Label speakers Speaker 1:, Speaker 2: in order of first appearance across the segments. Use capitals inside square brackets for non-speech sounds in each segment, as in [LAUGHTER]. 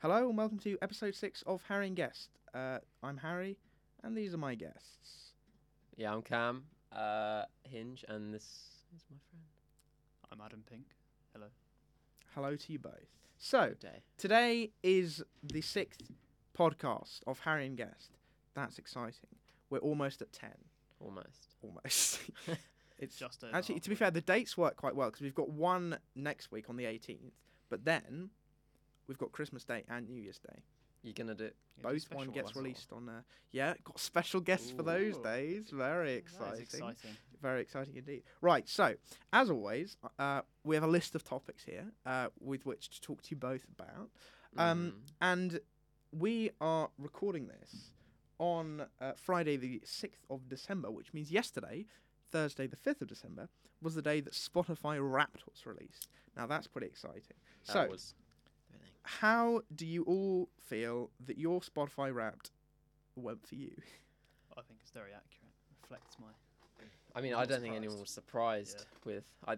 Speaker 1: Hello and welcome to episode six of Harry and Guest. Uh, I'm Harry, and these are my guests.
Speaker 2: Yeah, I'm Cam, uh, Hinge, and this is my friend.
Speaker 3: I'm Adam Pink. Hello.
Speaker 1: Hello to you both. So
Speaker 2: Good day.
Speaker 1: today is the sixth podcast of Harry and Guest. That's exciting. We're almost at ten.
Speaker 2: Almost.
Speaker 3: [LAUGHS]
Speaker 1: Almost. [LAUGHS] it's
Speaker 3: Just over
Speaker 1: actually to be
Speaker 3: halfway.
Speaker 1: fair, the dates work quite well because we've got one next week on the 18th, but then we've got Christmas Day and New Year's Day.
Speaker 2: You're gonna do
Speaker 3: Yeah, the
Speaker 1: Both one
Speaker 3: special
Speaker 1: gets
Speaker 3: ones.
Speaker 1: released on uh, yeah. Got special guests for those
Speaker 3: Ooh.
Speaker 1: days. Very
Speaker 3: That is
Speaker 1: exciting.
Speaker 3: exciting.
Speaker 1: Very exciting indeed. Right, so as always, uh, we have a list of topics here uh, with which to talk to you both about,
Speaker 2: Mm-hmm.
Speaker 1: Um, and we are recording this on uh, Friday, the sixth of December, which means yesterday, Thursday, the fifth of December, was the day that Spotify Wrapped was released. Now that's pretty exciting.
Speaker 2: that
Speaker 1: so,
Speaker 2: was everything.
Speaker 1: how do you all feel that your Spotify Wrapped went for you?
Speaker 3: I think it's very accurate. Reflects my.
Speaker 2: I mean,
Speaker 3: I'm
Speaker 2: I don't think anyone was surprised with. I,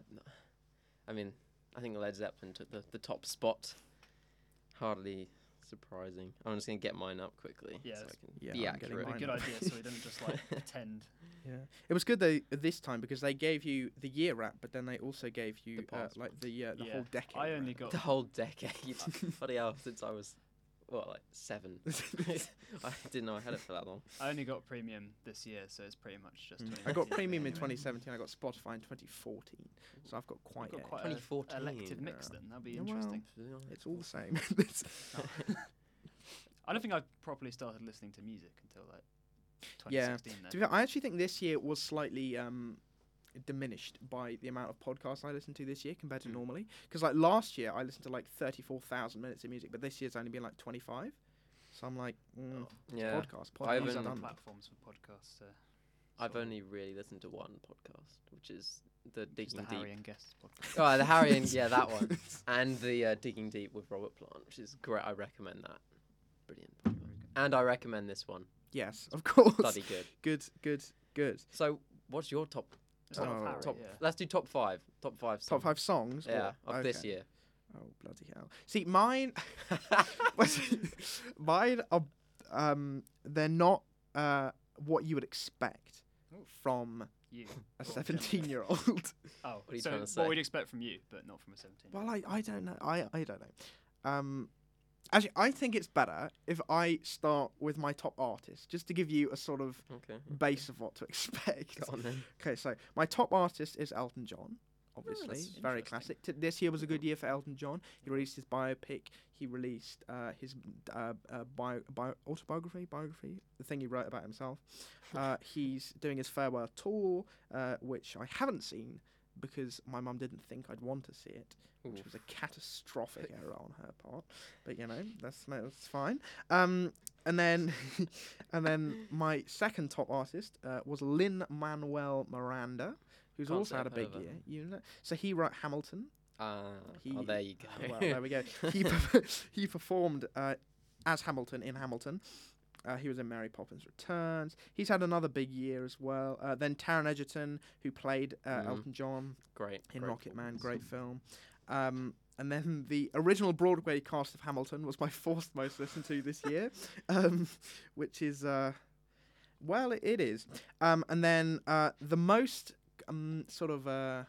Speaker 2: I mean, I think Led Zeppelin took the, the top spot. Hardly surprising. I'm just gonna get mine up quickly.
Speaker 3: Yeah,
Speaker 2: so
Speaker 3: it's-
Speaker 2: I can
Speaker 1: Yeah,
Speaker 2: be
Speaker 1: I'm getting
Speaker 2: accurate.
Speaker 1: mine
Speaker 3: Good
Speaker 1: know.
Speaker 3: idea, so we didn't just
Speaker 1: [LAUGHS]
Speaker 3: like pretend.
Speaker 1: It was good though this time because they gave you the year wrap, but then they also gave you
Speaker 2: The
Speaker 1: uh,
Speaker 2: past
Speaker 1: like the uh, the
Speaker 3: Yeah.
Speaker 1: whole decade.
Speaker 3: I only
Speaker 1: wrap.
Speaker 3: got.
Speaker 2: the whole decade. [LAUGHS] Funny how since I was, what, like
Speaker 1: [LAUGHS]
Speaker 2: seven. [LAUGHS] I didn't know I had it for that long.
Speaker 3: I only got premium this year, so it's pretty much just.
Speaker 1: Mm.
Speaker 3: 2019
Speaker 1: I got
Speaker 3: [LAUGHS] for me
Speaker 1: premium in
Speaker 3: anyway.
Speaker 1: 2017. I got Spotify in 2014, so I've got quite.
Speaker 3: I've got
Speaker 1: a-
Speaker 3: quite a
Speaker 2: 2014,
Speaker 3: elected mix then. That'll be
Speaker 1: Yeah, well,
Speaker 3: interesting.
Speaker 1: [LAUGHS]
Speaker 2: [LAUGHS]
Speaker 1: It's all the
Speaker 3: [LAUGHS]
Speaker 1: same. It's-
Speaker 3: I don't think I properly started listening to music until like
Speaker 1: Yeah.
Speaker 3: 2016.
Speaker 1: to
Speaker 3: Then.
Speaker 1: be fair, I actually think this year was slightly um, diminished by the amount of podcasts I listened to this year compared to
Speaker 3: Mm.
Speaker 1: normally. Because like last year, I listened to like 34,000 minutes of music, but this year's only been like 25. So I'm like, mm,
Speaker 3: Oh,
Speaker 2: yeah.
Speaker 1: podcast,
Speaker 2: I
Speaker 3: These
Speaker 1: podcast,
Speaker 2: haven't-
Speaker 3: other
Speaker 1: done.
Speaker 3: platforms for podcasts. Uh,
Speaker 2: I've
Speaker 3: sort of
Speaker 2: only really listened to one podcast, which is the
Speaker 3: just
Speaker 2: Digging
Speaker 3: the Harry
Speaker 2: Deep.
Speaker 3: and Guests podcast.
Speaker 2: Oh, the Harry and yeah, that one,
Speaker 1: [LAUGHS]
Speaker 2: and the uh, Digging Deep with Robert Plant, which is great. I recommend that. Brilliant. podcast. And I recommend this one.
Speaker 1: Yes, of course.
Speaker 2: Bloody good.
Speaker 1: [LAUGHS] Good, good, good.
Speaker 2: So, what's your top
Speaker 3: It's not
Speaker 1: Oh.
Speaker 3: Harry,
Speaker 2: top?
Speaker 3: yeah.
Speaker 2: Let's do top five. Top five.
Speaker 1: Top
Speaker 2: songs.
Speaker 1: five songs. or-
Speaker 2: Yeah, of this
Speaker 1: okay.
Speaker 2: year.
Speaker 1: Oh bloody hell! See, mine, [LAUGHS] mine are, um, they're not uh what you would expect
Speaker 3: Ooh.
Speaker 2: Oh,
Speaker 1: from
Speaker 3: You.
Speaker 1: [LAUGHS] a
Speaker 3: Well,
Speaker 1: seventeen-year-old. [LAUGHS]
Speaker 3: Oh,
Speaker 2: are you
Speaker 3: so
Speaker 2: trying to
Speaker 3: what
Speaker 2: say?
Speaker 3: we'd expect from you, but not from a 17.
Speaker 1: well, I, I don't know. I, I don't know. Um, actually, I think it's better if I start with my top artist, just to give you a sort
Speaker 2: [LAUGHS]
Speaker 1: of
Speaker 2: okay.
Speaker 1: base of what to [LAUGHS] expect.
Speaker 2: Go on
Speaker 1: [LAUGHS]
Speaker 2: then.
Speaker 1: Okay, so my top artist is Elton John. Obviously,
Speaker 2: that's
Speaker 1: very
Speaker 3: interesting.
Speaker 1: classic. T- this year was a good year for Elton John. He released his biopic. He released uh, his uh, uh, bio, bio, autobiography, biography, the thing he wrote about himself. Uh, he's doing his farewell tour, uh, which I haven't seen because my mum didn't think I'd want to see it, which
Speaker 2: Oof.
Speaker 1: was a
Speaker 2: [LAUGHS]
Speaker 1: catastrophic error on her part. But you know, that's no, that's fine. Um, and then, [LAUGHS] and then my second top artist uh, was Lin Manuel Miranda, who's
Speaker 2: Can't
Speaker 1: also
Speaker 2: say
Speaker 1: had a
Speaker 2: I've heard
Speaker 1: big
Speaker 2: of her.
Speaker 1: year. You know, so he wrote
Speaker 2: [LAUGHS]
Speaker 1: Hamilton.
Speaker 2: Ah,
Speaker 1: He-
Speaker 2: oh, there you go.
Speaker 1: [LAUGHS] Well, there we go. He per- he performed uh, as Hamilton in Hamilton. Uh, he was in Mary Poppins Returns. He's had another big year as well. Uh, then Taron Egerton, who played uh,
Speaker 2: Mhm.
Speaker 1: Elton John
Speaker 2: [LAUGHS] great.
Speaker 1: in
Speaker 2: great
Speaker 1: Rocket Man,
Speaker 2: performance.
Speaker 1: great film. Um, and then the original Broadway cast of Hamilton was my [LAUGHS] fourth most listened to this year, um, which is, uh, well, it, it is. Um, and then uh, the most um, sort of uh,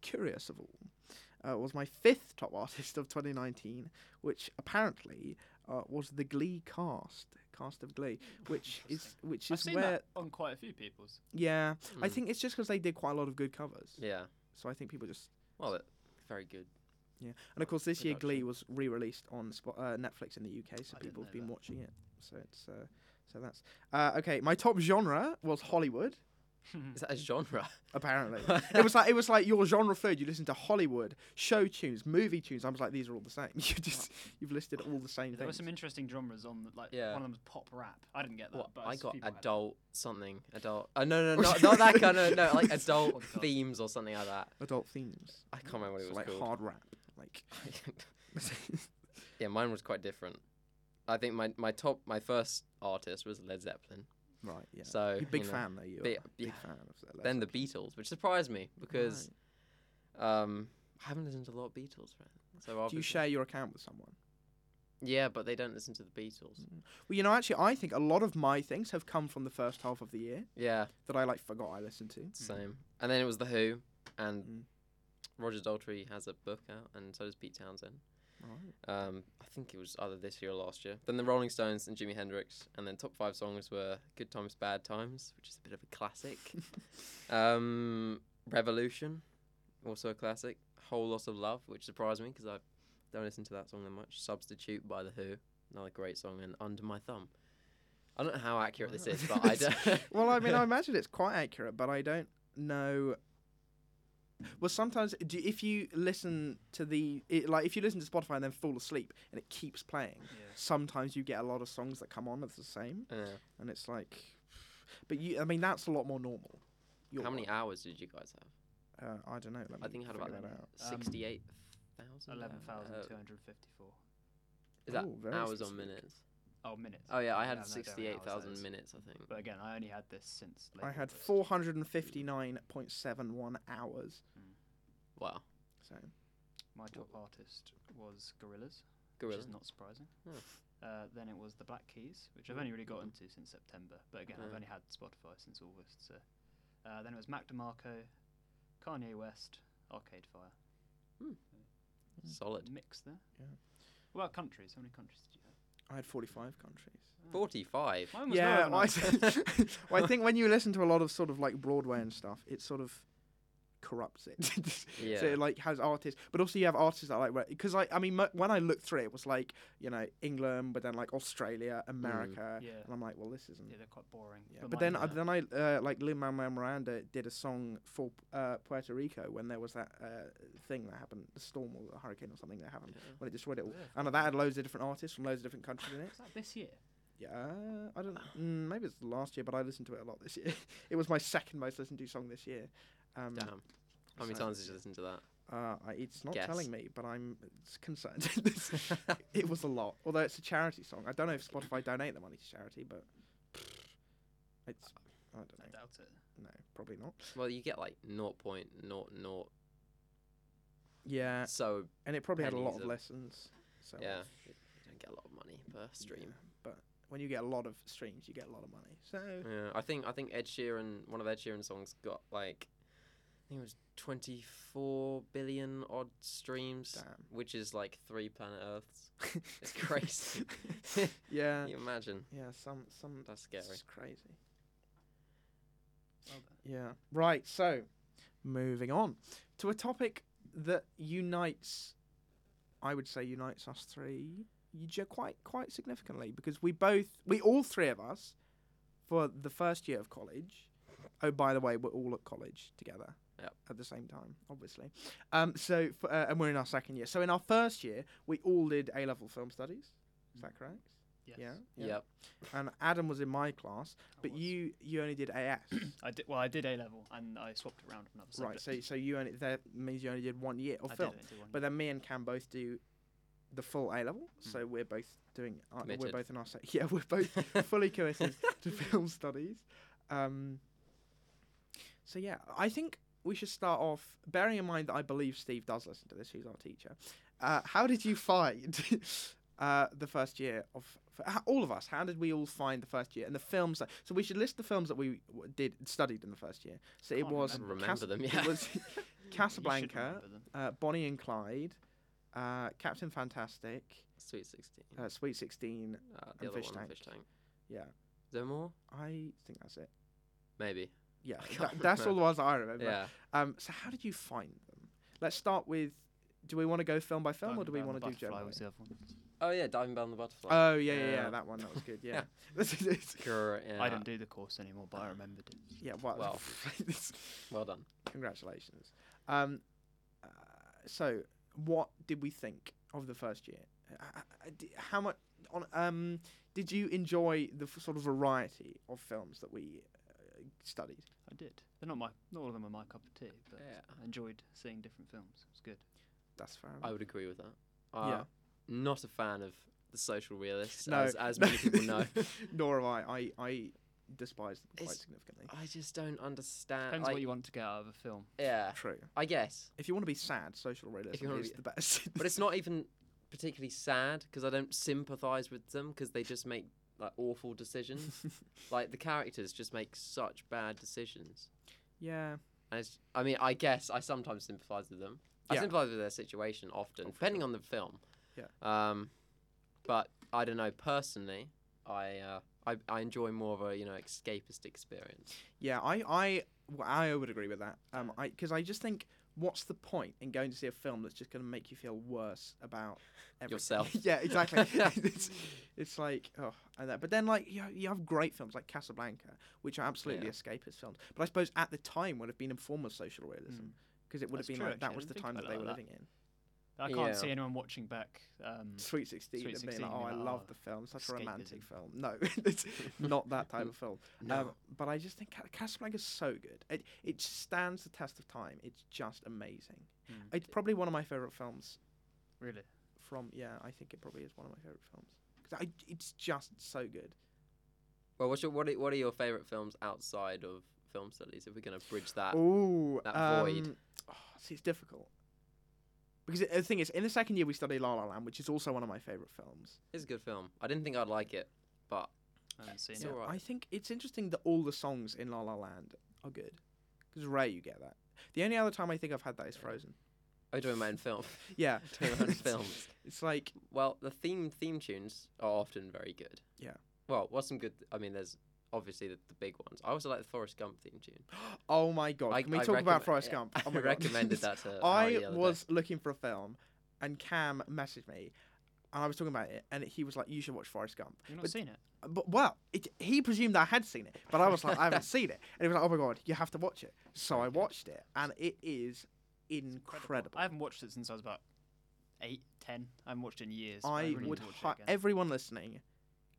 Speaker 1: curious of all uh, was my fifth top [LAUGHS] artist of 2019, which apparently uh, was the Glee cast, cast of Glee, which is which
Speaker 3: I've
Speaker 1: is
Speaker 3: seen
Speaker 1: where
Speaker 3: that on quite a few people's. [LAUGHS]
Speaker 1: yeah, I
Speaker 2: Mm.
Speaker 1: think it's just because they did quite a lot of good covers,
Speaker 2: Yeah.
Speaker 1: so I think people just
Speaker 2: Well, it, very good.
Speaker 1: And of course, this year Glee
Speaker 2: production.
Speaker 1: was re-released on Spo- uh, Netflix in the UK, so
Speaker 3: I didn't
Speaker 1: people have
Speaker 3: know
Speaker 1: been
Speaker 3: that.
Speaker 1: watching it. So it's uh, so that's uh, okay. My top genre was Hollywood.
Speaker 2: Is that a genre? [LAUGHS]
Speaker 1: Apparently, it was like it was like your genre food. You listen to Hollywood show tunes, movie tunes. I was like, these are all the same. [LAUGHS] You just you've listed all the same
Speaker 3: there were
Speaker 1: things.
Speaker 3: some interesting genres on, the- like
Speaker 2: Yeah.
Speaker 3: one of them was pop rap. I didn't get that.
Speaker 2: What,
Speaker 3: but
Speaker 2: I
Speaker 3: s-
Speaker 2: got
Speaker 3: people had it.
Speaker 2: adult something. Adult. Oh, no, no, no,
Speaker 1: [LAUGHS]
Speaker 2: not that kind of. No, like adult
Speaker 3: Podcast.
Speaker 2: themes or something like that.
Speaker 1: Adult themes,
Speaker 2: I can't remember what it
Speaker 1: so
Speaker 2: was
Speaker 1: like
Speaker 2: called.
Speaker 1: hard rap, like [LAUGHS]
Speaker 2: [LAUGHS] yeah, mine was quite different. I think my, my top my first artist was Led Zeppelin.
Speaker 1: right. Yeah,
Speaker 2: So
Speaker 1: You're a big
Speaker 2: you know,
Speaker 1: fan though. You're
Speaker 2: big-
Speaker 1: a big
Speaker 2: yeah.
Speaker 1: fan of that.
Speaker 2: Then the Beatles, which surprised me because um I haven't listened to a lot of Beatles, friend. So
Speaker 1: do you
Speaker 2: obviously-
Speaker 1: share your account with someone?
Speaker 2: Yeah, but they don't listen to the Beatles.
Speaker 1: Well, you know, actually, I think a lot of my things have come from the first half of the year
Speaker 2: Yeah,
Speaker 1: that I like forgot I listened to.
Speaker 2: same. And then it was The Who, and
Speaker 1: Mm.
Speaker 2: Roger Daltrey has a book out, and so does Pete Townsend.
Speaker 1: Right.
Speaker 2: Um, I think it was either this year or last year. Then the Rolling Stones and Jimi Hendrix, and then top five songs were Good Times, Bad Times, which is a bit of a
Speaker 1: [LAUGHS]
Speaker 2: classic. um, Revolution, also a classic. Whole Lot of Love, which surprised me because I don't listen to that song that much. Substitute by The Who, another great song, and Under My Thumb. I don't know how accurate this is, but
Speaker 1: [LAUGHS]
Speaker 2: I don't. [LAUGHS]
Speaker 1: Well, I mean, I imagine it's quite accurate, but I don't know. Well, sometimes do, if you listen to the it, like if you listen to Spotify and then fall asleep and it keeps playing,
Speaker 2: [LAUGHS]
Speaker 3: Yeah.
Speaker 1: sometimes you get a lot of songs that come on as the same,
Speaker 2: Yeah.
Speaker 1: and it's like, but you, I mean, that's a lot more normal. Your
Speaker 2: How many
Speaker 1: one.
Speaker 2: hours did you guys have?
Speaker 1: Uh, I don't know. Let
Speaker 2: I
Speaker 1: me
Speaker 2: think I had
Speaker 1: figure
Speaker 2: about
Speaker 1: that out.
Speaker 3: Um,
Speaker 2: sixty-eight thousand.
Speaker 3: 11,254.
Speaker 2: Is that
Speaker 1: Ooh, very
Speaker 2: hours or
Speaker 1: specific.
Speaker 2: minutes?
Speaker 3: Oh, minutes.
Speaker 2: Oh yeah, I
Speaker 3: No,
Speaker 2: had
Speaker 3: no, don't know how
Speaker 2: sixty-eight
Speaker 3: that
Speaker 2: thousand
Speaker 3: is.
Speaker 2: minutes. I think.
Speaker 3: But again, I only had this since.
Speaker 1: I
Speaker 3: Label
Speaker 1: had
Speaker 3: First.
Speaker 1: 459.71 hours.
Speaker 2: Wow.
Speaker 1: So
Speaker 3: My top artist was Gorillaz,
Speaker 2: Gorilla.
Speaker 3: which is not surprising.
Speaker 2: Oh.
Speaker 3: Uh, then it was the Black Keys, which I've only really got into since September. But again, I've
Speaker 2: Yeah.
Speaker 3: only had Spotify since August. So uh, then it was Mac DeMarco, Kanye West, Arcade Fire.
Speaker 2: Solid.
Speaker 3: Mix there.
Speaker 1: Yeah.
Speaker 3: What about countries? How many countries did you have?
Speaker 1: I had 45 countries.
Speaker 2: Forty-five.
Speaker 3: [LAUGHS] Mine was
Speaker 1: Yeah,
Speaker 3: lower
Speaker 1: well, I,
Speaker 3: than [LAUGHS]
Speaker 1: well, I think when you listen to a lot of sort of like Broadway and stuff, it sort of corrupts it.
Speaker 2: [LAUGHS]
Speaker 1: [LAUGHS]
Speaker 2: Yeah.
Speaker 1: So it like has artists, but also you have artists that like because I I mean mo- when I looked through it, it was like you know England, but then like Australia, America,
Speaker 3: Yeah.
Speaker 1: and I'm like, well, this isn't.
Speaker 3: Yeah, they're quite boring.
Speaker 1: Yeah. But then,
Speaker 3: mine-
Speaker 1: uh, then I uh, like Lin Manuel Miranda did a song for uh, Puerto Rico when there was that uh, thing that happened, the storm or the hurricane or something that happened
Speaker 3: mm,
Speaker 1: when it destroyed it all.
Speaker 3: Yeah.
Speaker 1: And that had loads of different artists from loads of different countries in it.
Speaker 3: Was that this year?
Speaker 1: Yeah, I don't. Mm, maybe it's last year, but I listened to it a lot this year. [LAUGHS] it was my second most listened to song this year. Um,
Speaker 2: Damn. How many
Speaker 1: so-
Speaker 2: times did you listen to that?
Speaker 1: uh, I, it's not
Speaker 2: Guess.
Speaker 1: telling me, but I'm it's concerned. [LAUGHS]
Speaker 2: [LAUGHS]
Speaker 1: it was a lot, although it's a charity song. I don't know if Spotify donate the money to charity, but it's I don't
Speaker 3: I
Speaker 1: know.
Speaker 3: doubt it.
Speaker 1: No, probably not.
Speaker 2: Well, you get like naught point naught naught.
Speaker 3: Uh,
Speaker 1: Yeah,
Speaker 2: So
Speaker 1: and it probably had a lot
Speaker 2: pennies
Speaker 1: of
Speaker 2: of-
Speaker 1: lessons. So
Speaker 2: yeah, you don't get a lot of money per stream.
Speaker 1: when you get a lot of streams, you get a lot of money. So
Speaker 2: Yeah, I think I think Ed Sheeran, one of Ed Sheeran's songs, got like, I think it was twenty-four billion odd streams,
Speaker 1: damn,
Speaker 2: which is like three planet Earths. Mm.
Speaker 3: [LAUGHS]
Speaker 2: It's crazy. [LAUGHS] Can
Speaker 1: [LAUGHS] yeah,
Speaker 2: you imagine?
Speaker 1: yeah. Some some
Speaker 2: That's scary.
Speaker 1: It's crazy.
Speaker 3: Well done.
Speaker 1: Yeah. Right. So, moving on to a topic that unites, I would say, unites us three y- j- quite quite significantly because we both, we all three of us, for the first year of college. Oh, by the way, we're all at college together.
Speaker 2: Yep.
Speaker 1: At the same time, obviously. Um, so, f uh, and we're in our second year. So, in our first year, we all did A level film studies. Is that correct?
Speaker 3: Yes.
Speaker 1: Yeah.
Speaker 2: Yep.
Speaker 1: And Adam was in my class,
Speaker 3: I
Speaker 1: but
Speaker 3: was.
Speaker 1: you you only did AS.
Speaker 3: I did. Well, I did A level, and I swapped it around another
Speaker 1: Right,
Speaker 3: subject.
Speaker 1: so so you only that means you only did one year of
Speaker 3: I
Speaker 1: film,
Speaker 3: did it into one.
Speaker 1: but then me and Cam both do the full A level,
Speaker 3: Hmm.
Speaker 1: so we're both doing uh, we're
Speaker 2: Committed.
Speaker 1: both in our se- [LAUGHS] yeah we're
Speaker 3: [LAUGHS]
Speaker 1: both fully committed to film studies. Um, so yeah, I think we should start off bearing in mind that I believe Steve does listen to this, who's our teacher. Uh, how did you find [LAUGHS] uh, the first year of f- h- all of us? How did we all find the first year and the films? That, so we should list the films that we w- did studied in the first year. So it
Speaker 3: Can't
Speaker 1: was
Speaker 2: Remember,
Speaker 1: Cas-
Speaker 2: them?
Speaker 1: it
Speaker 2: Yeah.
Speaker 1: was [LAUGHS]
Speaker 3: You should
Speaker 1: Casablanca,
Speaker 3: remember them.
Speaker 1: uh, Bonnie and Clyde, uh, Captain Fantastic,
Speaker 2: [LAUGHS] Sweet sixteen.
Speaker 1: uh, Sweet 16.
Speaker 2: Uh, the other
Speaker 1: Fish
Speaker 2: one,
Speaker 1: Tank.
Speaker 2: fish tank.
Speaker 1: Yeah.
Speaker 2: Is there more?
Speaker 1: I think that's it.
Speaker 2: Maybe.
Speaker 1: Yeah,
Speaker 2: I can't
Speaker 1: that, that's all the ones that I remember.
Speaker 2: Yeah.
Speaker 1: Um, so how did you find them? Let's start with. Do we want to go film by film, or
Speaker 3: Diamond
Speaker 1: do we
Speaker 3: Brown
Speaker 1: want to do
Speaker 3: and Butterfly
Speaker 1: general?
Speaker 3: was the other one.
Speaker 2: Oh yeah, diving bell and the butterfly.
Speaker 1: Oh yeah, yeah, yeah,
Speaker 2: Yeah.
Speaker 1: that one that was
Speaker 2: [LAUGHS]
Speaker 1: good. Yeah, [LAUGHS]
Speaker 2: Yeah.
Speaker 1: This is it.
Speaker 2: Cur- yeah.
Speaker 3: I didn't do the course anymore, but I remembered it.
Speaker 1: yeah. Well, [LAUGHS]
Speaker 2: Well. Well done.
Speaker 1: congratulations. Um, uh, so what did we think of the first year? Uh, uh, uh, d- How much on um did you enjoy the f- sort of variety of films that we uh, studied?
Speaker 3: I did. They're not my. Not all of them are my cup of tea, but
Speaker 2: Yeah.
Speaker 3: I enjoyed seeing different films. It was good.
Speaker 1: That's fair.
Speaker 2: I
Speaker 1: Enough.
Speaker 2: would agree with that. Uh,
Speaker 1: Yeah.
Speaker 2: Not a fan of the social realists,
Speaker 1: No.
Speaker 2: as, as many
Speaker 1: [LAUGHS]
Speaker 2: people know.
Speaker 1: Nor have I. I I despise them quite
Speaker 2: It's-
Speaker 1: significantly.
Speaker 2: I just don't
Speaker 1: Uh,
Speaker 2: understand.
Speaker 3: Depends
Speaker 2: like,
Speaker 3: what you want to get out of a film.
Speaker 2: yeah,
Speaker 1: True.
Speaker 2: I guess,
Speaker 1: uh, If you want to be sad, social realism
Speaker 2: wanna
Speaker 1: is [LAUGHS]
Speaker 2: be-
Speaker 1: the best.
Speaker 2: but it's not even particularly sad because I don't sympathise with them because they just make like awful
Speaker 1: [LAUGHS]
Speaker 2: decisions. like the characters just make such bad decisions.
Speaker 1: yeah.
Speaker 2: And it's, I mean, I guess I sometimes sympathise with them. I
Speaker 1: Yeah.
Speaker 2: sympathise with their situation often,
Speaker 1: Oh, for
Speaker 2: depending
Speaker 1: sure.
Speaker 2: on the film.
Speaker 1: Yeah.
Speaker 2: Um, but I don't know personally. I uh, I, I enjoy more of a you know escapist experience.
Speaker 1: Yeah, I I well, I would agree with that. Um, I because I just think what's the point in going to see a film that's just going to make you feel worse about everything?
Speaker 2: Yourself.
Speaker 1: [LAUGHS] yeah,
Speaker 3: [LAUGHS]
Speaker 2: [LAUGHS]
Speaker 1: exactly. [LAUGHS] it's, it's like oh, and that. But then like you you have great films like Casablanca, which are absolutely
Speaker 2: Yeah.
Speaker 1: escapist films. But I suppose at the time would have been a form of social realism because it would have
Speaker 3: Mm. That's
Speaker 1: been
Speaker 3: true,
Speaker 1: like that
Speaker 3: actually,
Speaker 1: was
Speaker 3: I
Speaker 1: the
Speaker 3: didn't
Speaker 1: time
Speaker 3: think
Speaker 1: that
Speaker 3: about
Speaker 1: they were
Speaker 3: it like
Speaker 1: living in.
Speaker 3: I
Speaker 2: Yeah.
Speaker 3: can't see anyone watching back.
Speaker 1: [LAUGHS]
Speaker 3: Um,
Speaker 1: Sweet Sixteen,
Speaker 3: Sweet
Speaker 1: and being like,
Speaker 3: 16,
Speaker 1: oh, I
Speaker 3: being like,
Speaker 1: love
Speaker 3: oh,
Speaker 1: the film, such a romantic
Speaker 3: escapism.
Speaker 1: film. [LAUGHS] No,
Speaker 3: [LAUGHS]
Speaker 1: it's not that type of film.
Speaker 2: No.
Speaker 1: Um, but I just think Ca- Casablanca is so good. It it stands the test of time. It's just amazing.
Speaker 2: Hmm.
Speaker 3: Mm.
Speaker 1: It's probably one of my favorite films.
Speaker 3: really,
Speaker 1: From yeah, I think it probably is one of my favorite films. 'Cause I, it's just so good.
Speaker 2: well, what's your, what are, what are your favourite films outside of film studies? If we're gonna bridge that,
Speaker 1: Ooh,
Speaker 2: Uh, that void.
Speaker 1: um, oh, see, it's difficult because the thing is, in the second year we studied La La Land, which is also one of my favorite films.
Speaker 2: it's a good film. I didn't think I'd like it, but
Speaker 3: I haven't seen
Speaker 2: It's
Speaker 3: it.
Speaker 2: alright.
Speaker 1: I think it's interesting that all the songs in La La Land are good. Because rare you get that. The only other time I think I've had that is
Speaker 2: Yeah.
Speaker 1: Frozen.
Speaker 2: I do my
Speaker 1: [LAUGHS]
Speaker 2: own film. [LAUGHS]
Speaker 1: Yeah.
Speaker 2: doing my own films.
Speaker 1: [LAUGHS] It's like
Speaker 2: Well, the theme theme tunes are often very good.
Speaker 1: Yeah.
Speaker 2: Well, what's some good? I mean, there's obviously the, the big ones. I also like the Forrest Gump theme tune.
Speaker 1: oh my god.
Speaker 2: I,
Speaker 1: Can we
Speaker 2: I
Speaker 1: talk about
Speaker 2: recommend- [LAUGHS]
Speaker 1: Forrest
Speaker 2: yeah,
Speaker 1: Gump? Oh
Speaker 2: I
Speaker 1: my God.
Speaker 2: recommended that to. Harry
Speaker 1: [LAUGHS] I
Speaker 2: the other day.
Speaker 1: was looking for a film and Cam messaged me and I was talking about it and he was like, You should watch Forrest Gump.
Speaker 3: You've not
Speaker 1: But-
Speaker 3: seen it.
Speaker 1: But well, it, he presumed I had seen it, but I was like, I haven't
Speaker 2: [LAUGHS]
Speaker 1: seen it. And he was like, Oh my god, you have to watch it. So I
Speaker 2: Okay.
Speaker 1: watched it and it is incredible.
Speaker 3: I haven't watched it since I was about eight, ten. I haven't watched it in years. but
Speaker 1: I
Speaker 3: really need
Speaker 1: would
Speaker 3: to watch it
Speaker 1: hi-
Speaker 3: again.
Speaker 1: everyone listening,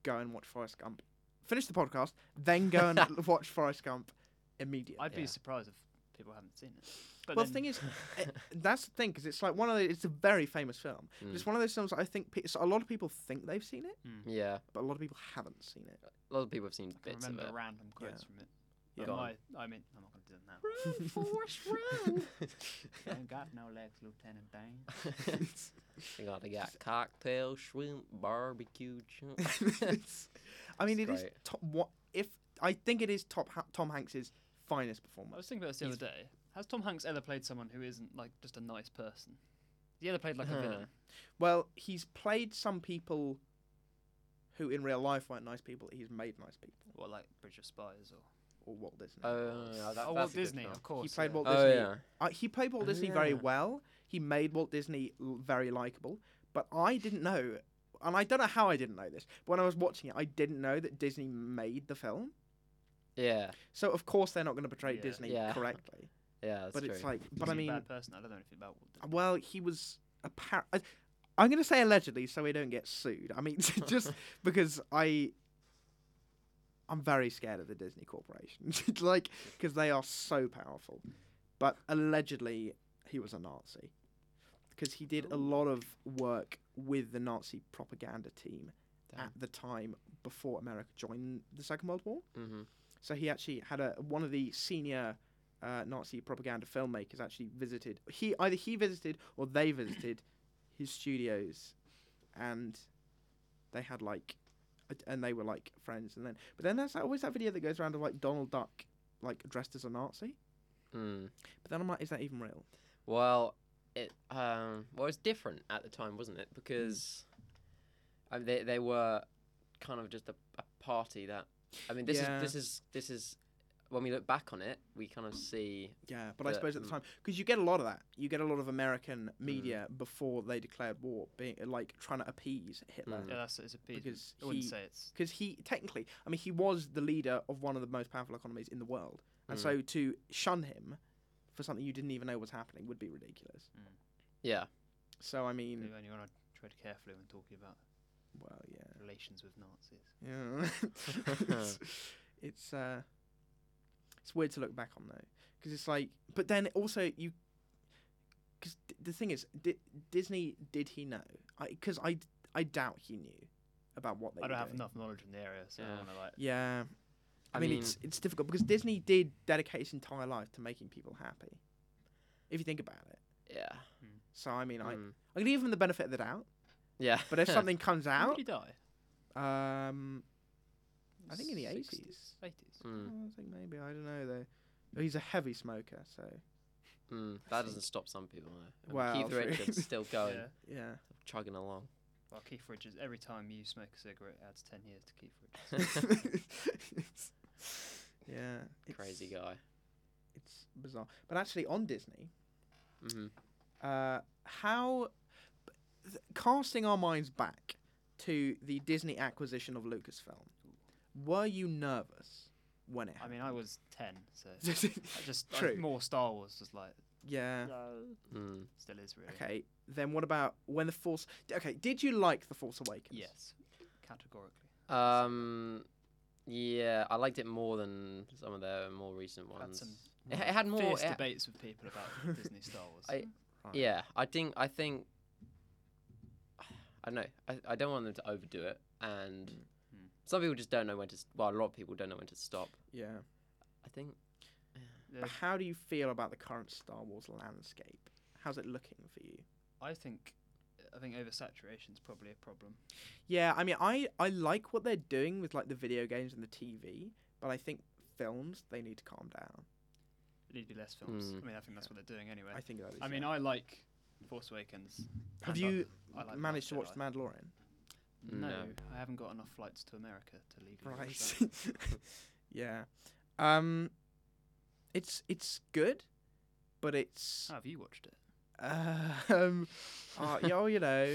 Speaker 1: go and watch Forrest Gump. Finish the podcast, then go and
Speaker 2: [LAUGHS]
Speaker 1: l- watch Forrest Gump immediately.
Speaker 3: I'd be
Speaker 2: Yeah.
Speaker 3: surprised if people haven't seen it. But
Speaker 1: well,
Speaker 3: then,
Speaker 1: the thing is, it, that's the thing because it's like one of the, it's a very famous film. But
Speaker 2: Mm.
Speaker 1: It's one of those films that I think pe- so a lot of people think they've seen it,
Speaker 2: Yeah,
Speaker 1: but a lot of people haven't seen it.
Speaker 2: a lot of people have seen
Speaker 3: I can
Speaker 2: bits of
Speaker 3: remember
Speaker 2: it.
Speaker 3: random quotes
Speaker 1: uh, Yeah.
Speaker 3: from
Speaker 2: Yeah.
Speaker 3: it. But
Speaker 2: Go
Speaker 3: my,
Speaker 2: on.
Speaker 3: I mean, I'm not going to do that
Speaker 1: [LAUGHS] Run, Forrest,
Speaker 2: [LAUGHS]
Speaker 3: now. I ain't got no legs, Lieutenant Dan.
Speaker 2: I got, I got cocktail, shrimp, barbecue.
Speaker 1: [LAUGHS]
Speaker 2: chunk.
Speaker 1: It's- I mean,
Speaker 2: It's
Speaker 1: it is
Speaker 2: great.
Speaker 1: top. What if I think it is top ha- Tom Hanks's finest
Speaker 3: I
Speaker 1: performance?
Speaker 3: was thinking about this the
Speaker 2: He's-
Speaker 3: other day. Has Tom Hanks ever played someone who isn't like just a nice person? He ever played like
Speaker 2: Huh.
Speaker 3: a villain.
Speaker 1: Well, he's played some people who in real life weren't nice people. He's made nice people,
Speaker 3: Well, like Bridge of Spies or
Speaker 1: or Walt Disney.
Speaker 2: Oh, yeah, that,
Speaker 3: oh,
Speaker 2: that's
Speaker 3: Walt
Speaker 2: a good
Speaker 3: Disney,
Speaker 2: film.
Speaker 3: of course.
Speaker 1: played
Speaker 3: yeah.
Speaker 1: Walt
Speaker 2: Oh
Speaker 1: Disney.
Speaker 2: yeah.
Speaker 1: Uh, he played Walt
Speaker 2: Oh,
Speaker 1: Disney very
Speaker 2: yeah.
Speaker 1: well. He made Walt Disney l- very likable. But I didn't know, and I don't know how I didn't know this, but when I was watching it, I didn't know that Disney made the film.
Speaker 2: Yeah.
Speaker 1: So of course they're not going to portray
Speaker 3: Yeah.
Speaker 1: Disney
Speaker 2: Yeah.
Speaker 1: correctly.
Speaker 2: Yeah. That's
Speaker 1: but
Speaker 2: true.
Speaker 1: it's like, but I
Speaker 3: Is he a
Speaker 1: mean,
Speaker 3: bad person. I don't know anything about Walt Disney.
Speaker 1: well, he was apparent. I'm going to say allegedly, so we don't get sued. I mean, [LAUGHS]
Speaker 2: [LAUGHS]
Speaker 1: just because I. I'm very scared of the Disney Corporation, [LAUGHS] It's like because they are so powerful. But allegedly, he was a Nazi because he did a
Speaker 2: Ooh.
Speaker 1: lot of work with the Nazi propaganda team
Speaker 2: Damn.
Speaker 1: at the time before America joined the Second World War.
Speaker 2: mm-hmm.
Speaker 1: So he actually had a one of the senior uh, Nazi propaganda filmmakers actually visited. He either he visited or they visited his studios, and they had like, a- and they were like friends. And then, but then there's always that video that goes around of like Donald Duck like dressed as a Nazi.
Speaker 2: Mm.
Speaker 1: But then I'm like, is that even real?
Speaker 2: Well, it um well it's different at the time, wasn't it? Because I mean, they they were kind of just a, a party that I mean this
Speaker 1: Yeah.
Speaker 2: is this is this is when we look back on it, we kind of see
Speaker 1: Yeah, but I
Speaker 2: But-
Speaker 1: suppose at the
Speaker 2: mm.
Speaker 1: time, because you get a lot of that. You get a lot of American media before they declared war, being like trying to appease Hitler.
Speaker 2: Mm.
Speaker 3: Yeah, that's it's a piece.
Speaker 1: Because
Speaker 3: I wouldn't
Speaker 1: he-
Speaker 3: say it's.
Speaker 1: because he technically, I mean, he was the leader of one of the most powerful economies in the world, and
Speaker 2: Mm.
Speaker 1: so to shun him for something you didn't even know was happening would be ridiculous.
Speaker 2: yeah
Speaker 1: So I
Speaker 3: You
Speaker 1: mean,
Speaker 3: only want to tread carefully when talking about
Speaker 1: well, yeah, [LAUGHS]
Speaker 3: relations with Nazis.
Speaker 1: yeah. it's, it's uh, it's weird to look back on though, because it's like, but then also you, because d- the thing is, di- Disney did he know? Because I, I doubt he knew about what they.
Speaker 3: I
Speaker 1: were
Speaker 3: don't have
Speaker 1: doing.
Speaker 3: enough knowledge in the area, so I
Speaker 2: Yeah.
Speaker 3: don't want to like.
Speaker 1: Yeah. I,
Speaker 2: I
Speaker 1: mean,
Speaker 2: mean-
Speaker 1: it's it's difficult because Disney did dedicate its entire life to making people happy. If you think about it.
Speaker 2: yeah
Speaker 1: So I mean, I I'm
Speaker 2: mm.
Speaker 1: gonna give them the benefit of the doubt,
Speaker 2: Yeah.
Speaker 1: But
Speaker 2: [LAUGHS]
Speaker 1: if something comes
Speaker 3: When
Speaker 1: out,
Speaker 3: did he die?
Speaker 1: um, I think in the 80s.
Speaker 3: 80s.
Speaker 2: Mm,
Speaker 1: I think maybe I don't know though. But He's a heavy smoker, so
Speaker 2: mm,
Speaker 3: I
Speaker 2: that
Speaker 3: think-
Speaker 2: doesn't stop some people. though.
Speaker 1: Well,
Speaker 2: Keith
Speaker 1: true.
Speaker 2: Richards still going,
Speaker 3: Yeah.
Speaker 1: [LAUGHS] yeah.
Speaker 2: [LAUGHS] chugging
Speaker 1: [LAUGHS]
Speaker 2: along.
Speaker 3: Well, Keith Richards. Every time you smoke a cigarette, adds ten years to Keith Richards.
Speaker 1: yeah, it's,
Speaker 2: Crazy guy.
Speaker 1: It's bizarre. But actually, on Disney,
Speaker 2: hmm
Speaker 1: uh, how th- casting our minds back to the Disney acquisition of Lucasfilm, were you nervous when it
Speaker 3: I
Speaker 1: happened?
Speaker 3: mean, I was ten,
Speaker 1: [LAUGHS]
Speaker 3: so
Speaker 1: mean,
Speaker 3: I just I-
Speaker 1: True.
Speaker 3: more Star Wars was like
Speaker 1: yeah.
Speaker 3: no,
Speaker 2: Mm.
Speaker 3: still is really.
Speaker 1: Okay. Then what about when the Force? d- Okay, did you like the Force Awakens?
Speaker 3: Yes, categorically.
Speaker 2: Um, yeah, I liked it more than some of their more recent
Speaker 3: Had
Speaker 2: ones.
Speaker 3: some
Speaker 1: [LAUGHS]
Speaker 2: it, it had more.
Speaker 3: fierce
Speaker 2: it-
Speaker 3: debates with people about Disney Star Wars.
Speaker 2: I-
Speaker 1: Right.
Speaker 2: yeah, I think. I think. I don't know. I, I don't want them to overdo it, and
Speaker 3: Mm.
Speaker 2: some people just don't know when to. s- Well, a lot of people don't know when to stop.
Speaker 1: Yeah.
Speaker 2: I think.
Speaker 1: But
Speaker 3: There's-
Speaker 1: how do you feel about the current Star Wars landscape? How's it looking for you?
Speaker 3: I think I think oversaturation is probably a problem.
Speaker 1: Yeah, I mean, I I like what they're doing with like the video games and the TV, but I think films they need to calm down.
Speaker 3: There need to be less films.
Speaker 2: Mm.
Speaker 3: I mean, I think that's what they're doing anyway.
Speaker 1: I think that is.
Speaker 3: I mean,
Speaker 1: yeah.
Speaker 3: I like Force Awakens.
Speaker 1: have
Speaker 3: and
Speaker 1: you
Speaker 3: I like
Speaker 1: managed to
Speaker 3: Last
Speaker 1: watch
Speaker 3: Jedi.
Speaker 1: The Mandalorian?
Speaker 3: No,
Speaker 2: No.
Speaker 3: I haven't got enough flights to America to legally. watch that.
Speaker 1: Right. [LAUGHS] yeah. Um, it's it's good, but it's
Speaker 3: How have you watched it?
Speaker 1: [LAUGHS] um,
Speaker 3: Oh,
Speaker 2: Oh,
Speaker 1: uh, [LAUGHS] yo, you
Speaker 3: [LAUGHS]
Speaker 1: know,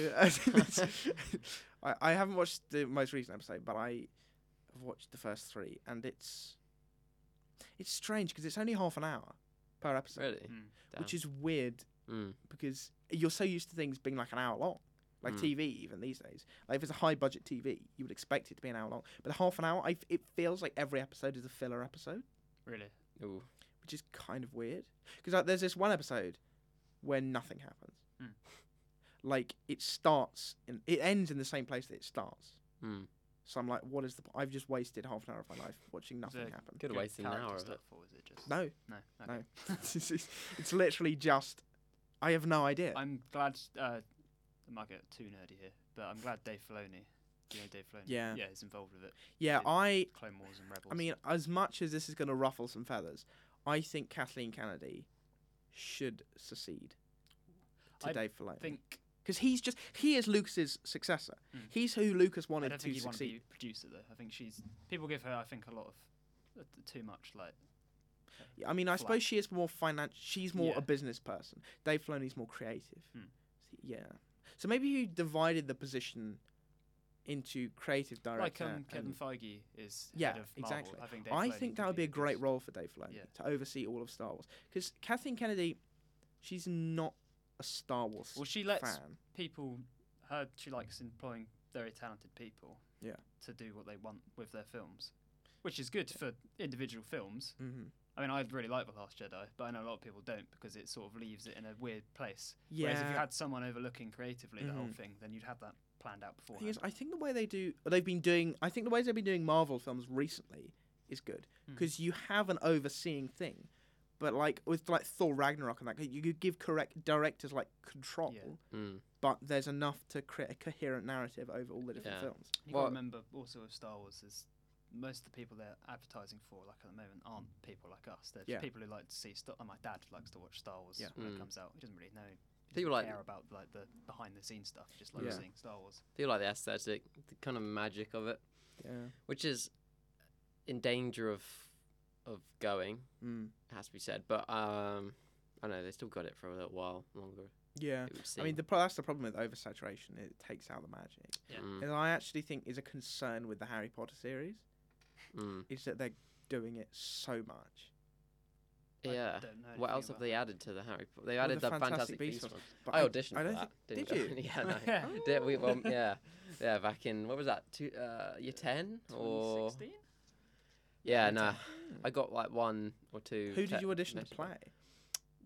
Speaker 1: I I haven't watched the most recent episode, but I have watched the first three, and it's it's strange because it's only half an hour per episode,
Speaker 2: [LAUGHS] Really.
Speaker 3: Mm.
Speaker 1: which is weird
Speaker 2: Mm.
Speaker 1: because you're so used to things being like an hour long, like
Speaker 2: Mm.
Speaker 1: TV even these days. Like if it's a high budget TV, you would expect it to be an hour long, but half an hour, I f it feels like every episode is a filler episode,
Speaker 3: Really?
Speaker 2: Ooh.
Speaker 1: which is kind of weird. Because like, there's this one episode where nothing happens.
Speaker 3: Mm.
Speaker 1: Like it starts and it ends in the same place that it starts.
Speaker 2: Mm.
Speaker 1: So I'm like, what is the? po- I've just wasted half an hour of my life watching nothing
Speaker 3: it
Speaker 1: happen.
Speaker 2: Could have wasted an
Speaker 3: character
Speaker 2: hour of
Speaker 3: stuff,
Speaker 2: it.
Speaker 3: or was it just
Speaker 1: No, [LAUGHS]
Speaker 3: No.
Speaker 1: no.
Speaker 3: Okay.
Speaker 1: it's, it's- it's literally just. I have no idea.
Speaker 3: I'm glad. Uh, I might get too nerdy here, but I'm glad Dave Filoni. Do you know Dave Filoni?
Speaker 1: Yeah.
Speaker 3: Yeah, is involved with it.
Speaker 1: yeah, I
Speaker 3: Clone Wars and Rebels.
Speaker 1: I mean, as much as this is going to ruffle some feathers, I think Kathleen Kennedy should succeed to
Speaker 3: I
Speaker 1: Dave Filoni.
Speaker 3: I think
Speaker 1: because he's just he is Lucas's successor.
Speaker 3: Mm.
Speaker 1: He's who Lucas
Speaker 3: I
Speaker 1: wanted
Speaker 3: don't
Speaker 1: to
Speaker 3: think you want to
Speaker 1: succeed.
Speaker 3: be a producer though. I think she's people give her. I think a lot of uh, t- too much like
Speaker 1: I mean, I
Speaker 3: flat.
Speaker 1: suppose she is more financial. She's more
Speaker 3: Yeah.
Speaker 1: a business person. Dave Filoni's more creative.
Speaker 3: Mm.
Speaker 1: Yeah. So maybe you divided the position into creative
Speaker 3: like
Speaker 1: director.
Speaker 3: um, Kevin
Speaker 1: and-
Speaker 3: Feige is
Speaker 1: Yeah,
Speaker 3: head of Marvel.
Speaker 1: exactly.
Speaker 3: I think Dave
Speaker 1: I
Speaker 3: Filoni
Speaker 1: think that
Speaker 3: could
Speaker 1: would be a
Speaker 3: good-
Speaker 1: great role for Dave Filoni
Speaker 3: Yeah.
Speaker 1: to oversee all of Star Wars because Kathleen Kennedy, she's not a Star Wars
Speaker 3: Well, she lets
Speaker 1: fan.
Speaker 3: people. Her she likes employing very talented people.
Speaker 1: Yeah.
Speaker 3: To do what they want with their films, which is good for individual films.
Speaker 1: Mm-hmm.
Speaker 3: I mean, I really like The Last Jedi, but I know a lot of people don't because it sort of leaves it in a weird place.
Speaker 1: Yeah.
Speaker 3: Whereas if you had someone overlooking creatively the whole
Speaker 1: Mhm.
Speaker 3: thing, then you'd have that planned out
Speaker 1: Thing
Speaker 3: beforehand.
Speaker 1: is, I think the way they do, they've been doing, I think the ways they've been doing Marvel films recently is good
Speaker 3: Hmm.
Speaker 1: because you have an overseeing thing, but like with like Thor Ragnarok and that, you could give correct directors like control,
Speaker 2: Mm.
Speaker 1: but there's enough to create a coherent narrative over all the different
Speaker 2: Yeah.
Speaker 1: films.
Speaker 3: You
Speaker 2: Well-
Speaker 3: got to remember also with Star Wars is most of the people they're advertising for, like at the moment, aren't people like us. They're just
Speaker 1: Yeah.
Speaker 3: people who like to see Star. Oh, my dad likes to watch Star Wars
Speaker 1: Yeah.
Speaker 3: when
Speaker 2: Mm.
Speaker 3: it comes out. He doesn't really know. He doesn't
Speaker 2: People like-
Speaker 3: care about like the behind the scenes stuff. He just loves
Speaker 1: Yeah.
Speaker 3: seeing Star Wars.
Speaker 2: feel like the aesthetic, the kind of magic of it,
Speaker 1: Yeah.
Speaker 2: which is in danger of of going,
Speaker 1: Mm.
Speaker 2: it has to be said. But um, I don't know they still got it for a little while longer.
Speaker 1: Yeah.
Speaker 2: It would
Speaker 1: I mean,
Speaker 2: seem.
Speaker 1: the, pro- that's the problem with oversaturation. It takes out the magic,
Speaker 3: yeah.
Speaker 2: Mm,
Speaker 1: and I actually think is a concern with the Harry Potter series
Speaker 2: mm.
Speaker 1: is that they're doing it so much.
Speaker 2: mm. yeah.
Speaker 3: I don't know
Speaker 2: What
Speaker 3: anything
Speaker 2: else have
Speaker 3: about [LAUGHS]
Speaker 2: they
Speaker 3: that.
Speaker 2: added to the Harry? Po- They
Speaker 1: Well,
Speaker 2: added
Speaker 1: the
Speaker 2: the,
Speaker 1: Fantastic
Speaker 2: Fantastic,
Speaker 1: Beasts
Speaker 2: Beast.
Speaker 1: one.
Speaker 2: one.
Speaker 1: But
Speaker 2: I auditioned
Speaker 1: I
Speaker 2: for
Speaker 1: don't
Speaker 2: that.
Speaker 1: think- did
Speaker 2: didn't go.
Speaker 1: [LAUGHS]
Speaker 2: [LAUGHS] yeah, no.
Speaker 3: Yeah.
Speaker 2: Did we? Well,
Speaker 3: [LAUGHS]
Speaker 2: yeah, yeah. Back in what was that? Two, uh, year ten or
Speaker 3: 2016?
Speaker 2: yeah,
Speaker 3: Year
Speaker 2: no.
Speaker 3: 10.
Speaker 1: Mm.
Speaker 2: I got like one or two.
Speaker 1: Who
Speaker 2: te-
Speaker 1: did you audition to
Speaker 2: messages.
Speaker 1: play?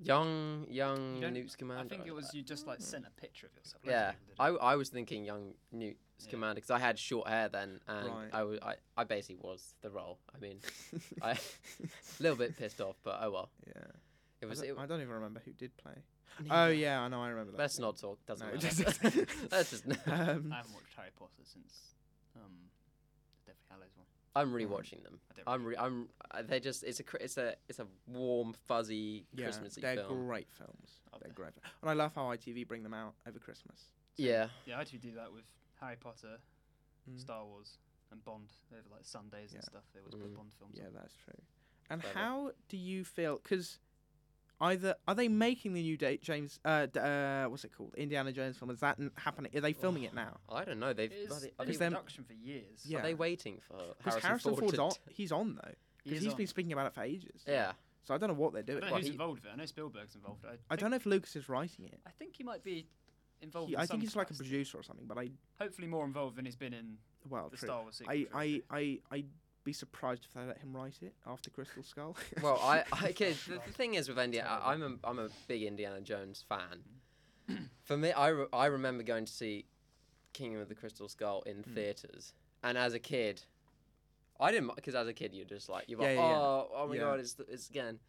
Speaker 2: Young, young
Speaker 3: You don't-
Speaker 2: Newt Scamander.
Speaker 3: I think it
Speaker 2: like
Speaker 3: was
Speaker 2: that.
Speaker 3: you just like sent a picture of yourself. Loads of
Speaker 2: Yeah,
Speaker 3: people did it.
Speaker 2: I, I was thinking young Newt
Speaker 3: Yeah.
Speaker 2: Scamander because I had short hair then, and
Speaker 1: Right.
Speaker 2: I, was, I, I basically was the role. I mean,
Speaker 1: [LAUGHS]
Speaker 2: I- a little bit pissed off, but oh well.
Speaker 1: Yeah.
Speaker 2: It was
Speaker 1: I
Speaker 2: [LAUGHS] it,
Speaker 1: don't, I don't even remember who did play. Oh yeah, I know. I remember that.
Speaker 2: Let's not talk. Doesn't
Speaker 1: No, it [LAUGHS]
Speaker 2: matter.
Speaker 1: doesn't.
Speaker 2: Let's just.
Speaker 1: [LAUGHS] Um,
Speaker 3: I haven't watched Harry Potter since um, the Deathly Hallows one.
Speaker 2: I'm rewatching them.
Speaker 3: I don't
Speaker 2: I'm. Re- I'm. uh, They just. It's a. cr- It's a. It's a warm, fuzzy
Speaker 1: yeah,
Speaker 2: [LAUGHS] Christmassy
Speaker 1: they're
Speaker 2: film.
Speaker 1: great films.
Speaker 3: Up
Speaker 1: They're
Speaker 3: there.
Speaker 1: great, fi- and I love how ITV bring them out over Christmas.
Speaker 2: Yeah.
Speaker 3: Yeah, I do do that with Harry Potter,
Speaker 1: Mm.
Speaker 3: Star Wars, and Bond over like Sundays
Speaker 1: Yeah.
Speaker 3: and stuff. They always
Speaker 2: Mm.
Speaker 3: put Bond films.
Speaker 1: Yeah,
Speaker 3: on.
Speaker 1: that's true. And
Speaker 2: Clever.
Speaker 1: how do you feel? Because either are they making the new date James? Uh, d- uh, what's it called? Indiana Jones film? Is that n- happening? Are they filming it now?
Speaker 2: I don't know. They've.
Speaker 3: It's
Speaker 2: bloody-
Speaker 3: been
Speaker 2: are,
Speaker 3: in
Speaker 2: they,
Speaker 1: then-
Speaker 3: production for years.
Speaker 1: Yeah.
Speaker 2: are they waiting for
Speaker 1: Because
Speaker 2: Harrison,
Speaker 1: Harrison,
Speaker 2: Ford
Speaker 1: Ford's
Speaker 2: to
Speaker 1: on.
Speaker 2: t-
Speaker 1: He's on though.
Speaker 3: He
Speaker 1: Because
Speaker 3: is
Speaker 1: he's
Speaker 3: on.
Speaker 1: been speaking about it for ages.
Speaker 2: yeah.
Speaker 1: So I don't know what they're doing.
Speaker 3: I don't know
Speaker 1: Well,
Speaker 3: who's
Speaker 1: he-
Speaker 3: involved with it. I know Spielberg's involved. I,
Speaker 1: I don't know if Lucas is writing it.
Speaker 3: I think he might be involved.
Speaker 1: He-
Speaker 3: in
Speaker 1: I
Speaker 3: some
Speaker 1: think he's like a
Speaker 3: capacity.
Speaker 1: producer or something. But I
Speaker 3: Hopefully more involved than he's been in
Speaker 1: well,
Speaker 3: the
Speaker 1: true.
Speaker 3: Star Wars.
Speaker 1: I
Speaker 3: sequel
Speaker 1: I
Speaker 3: trilogy.
Speaker 1: I I'd be surprised if they let him write it after Crystal Skull.
Speaker 2: Well, I. I okay, the, the thing is with Indiana.
Speaker 3: Terrible.
Speaker 2: I'm a. I'm a big Indiana Jones
Speaker 1: [CLEARS THROAT]
Speaker 2: fan. for me, I. Re- I remember going to see Kingdom of the Crystal Skull in
Speaker 1: Hmm.
Speaker 2: theaters, and as a kid. I didn't because as a kid you're just like you're
Speaker 1: Yeah,
Speaker 2: like
Speaker 1: yeah, yeah.
Speaker 2: oh oh my
Speaker 1: Yeah.
Speaker 2: god it's it's again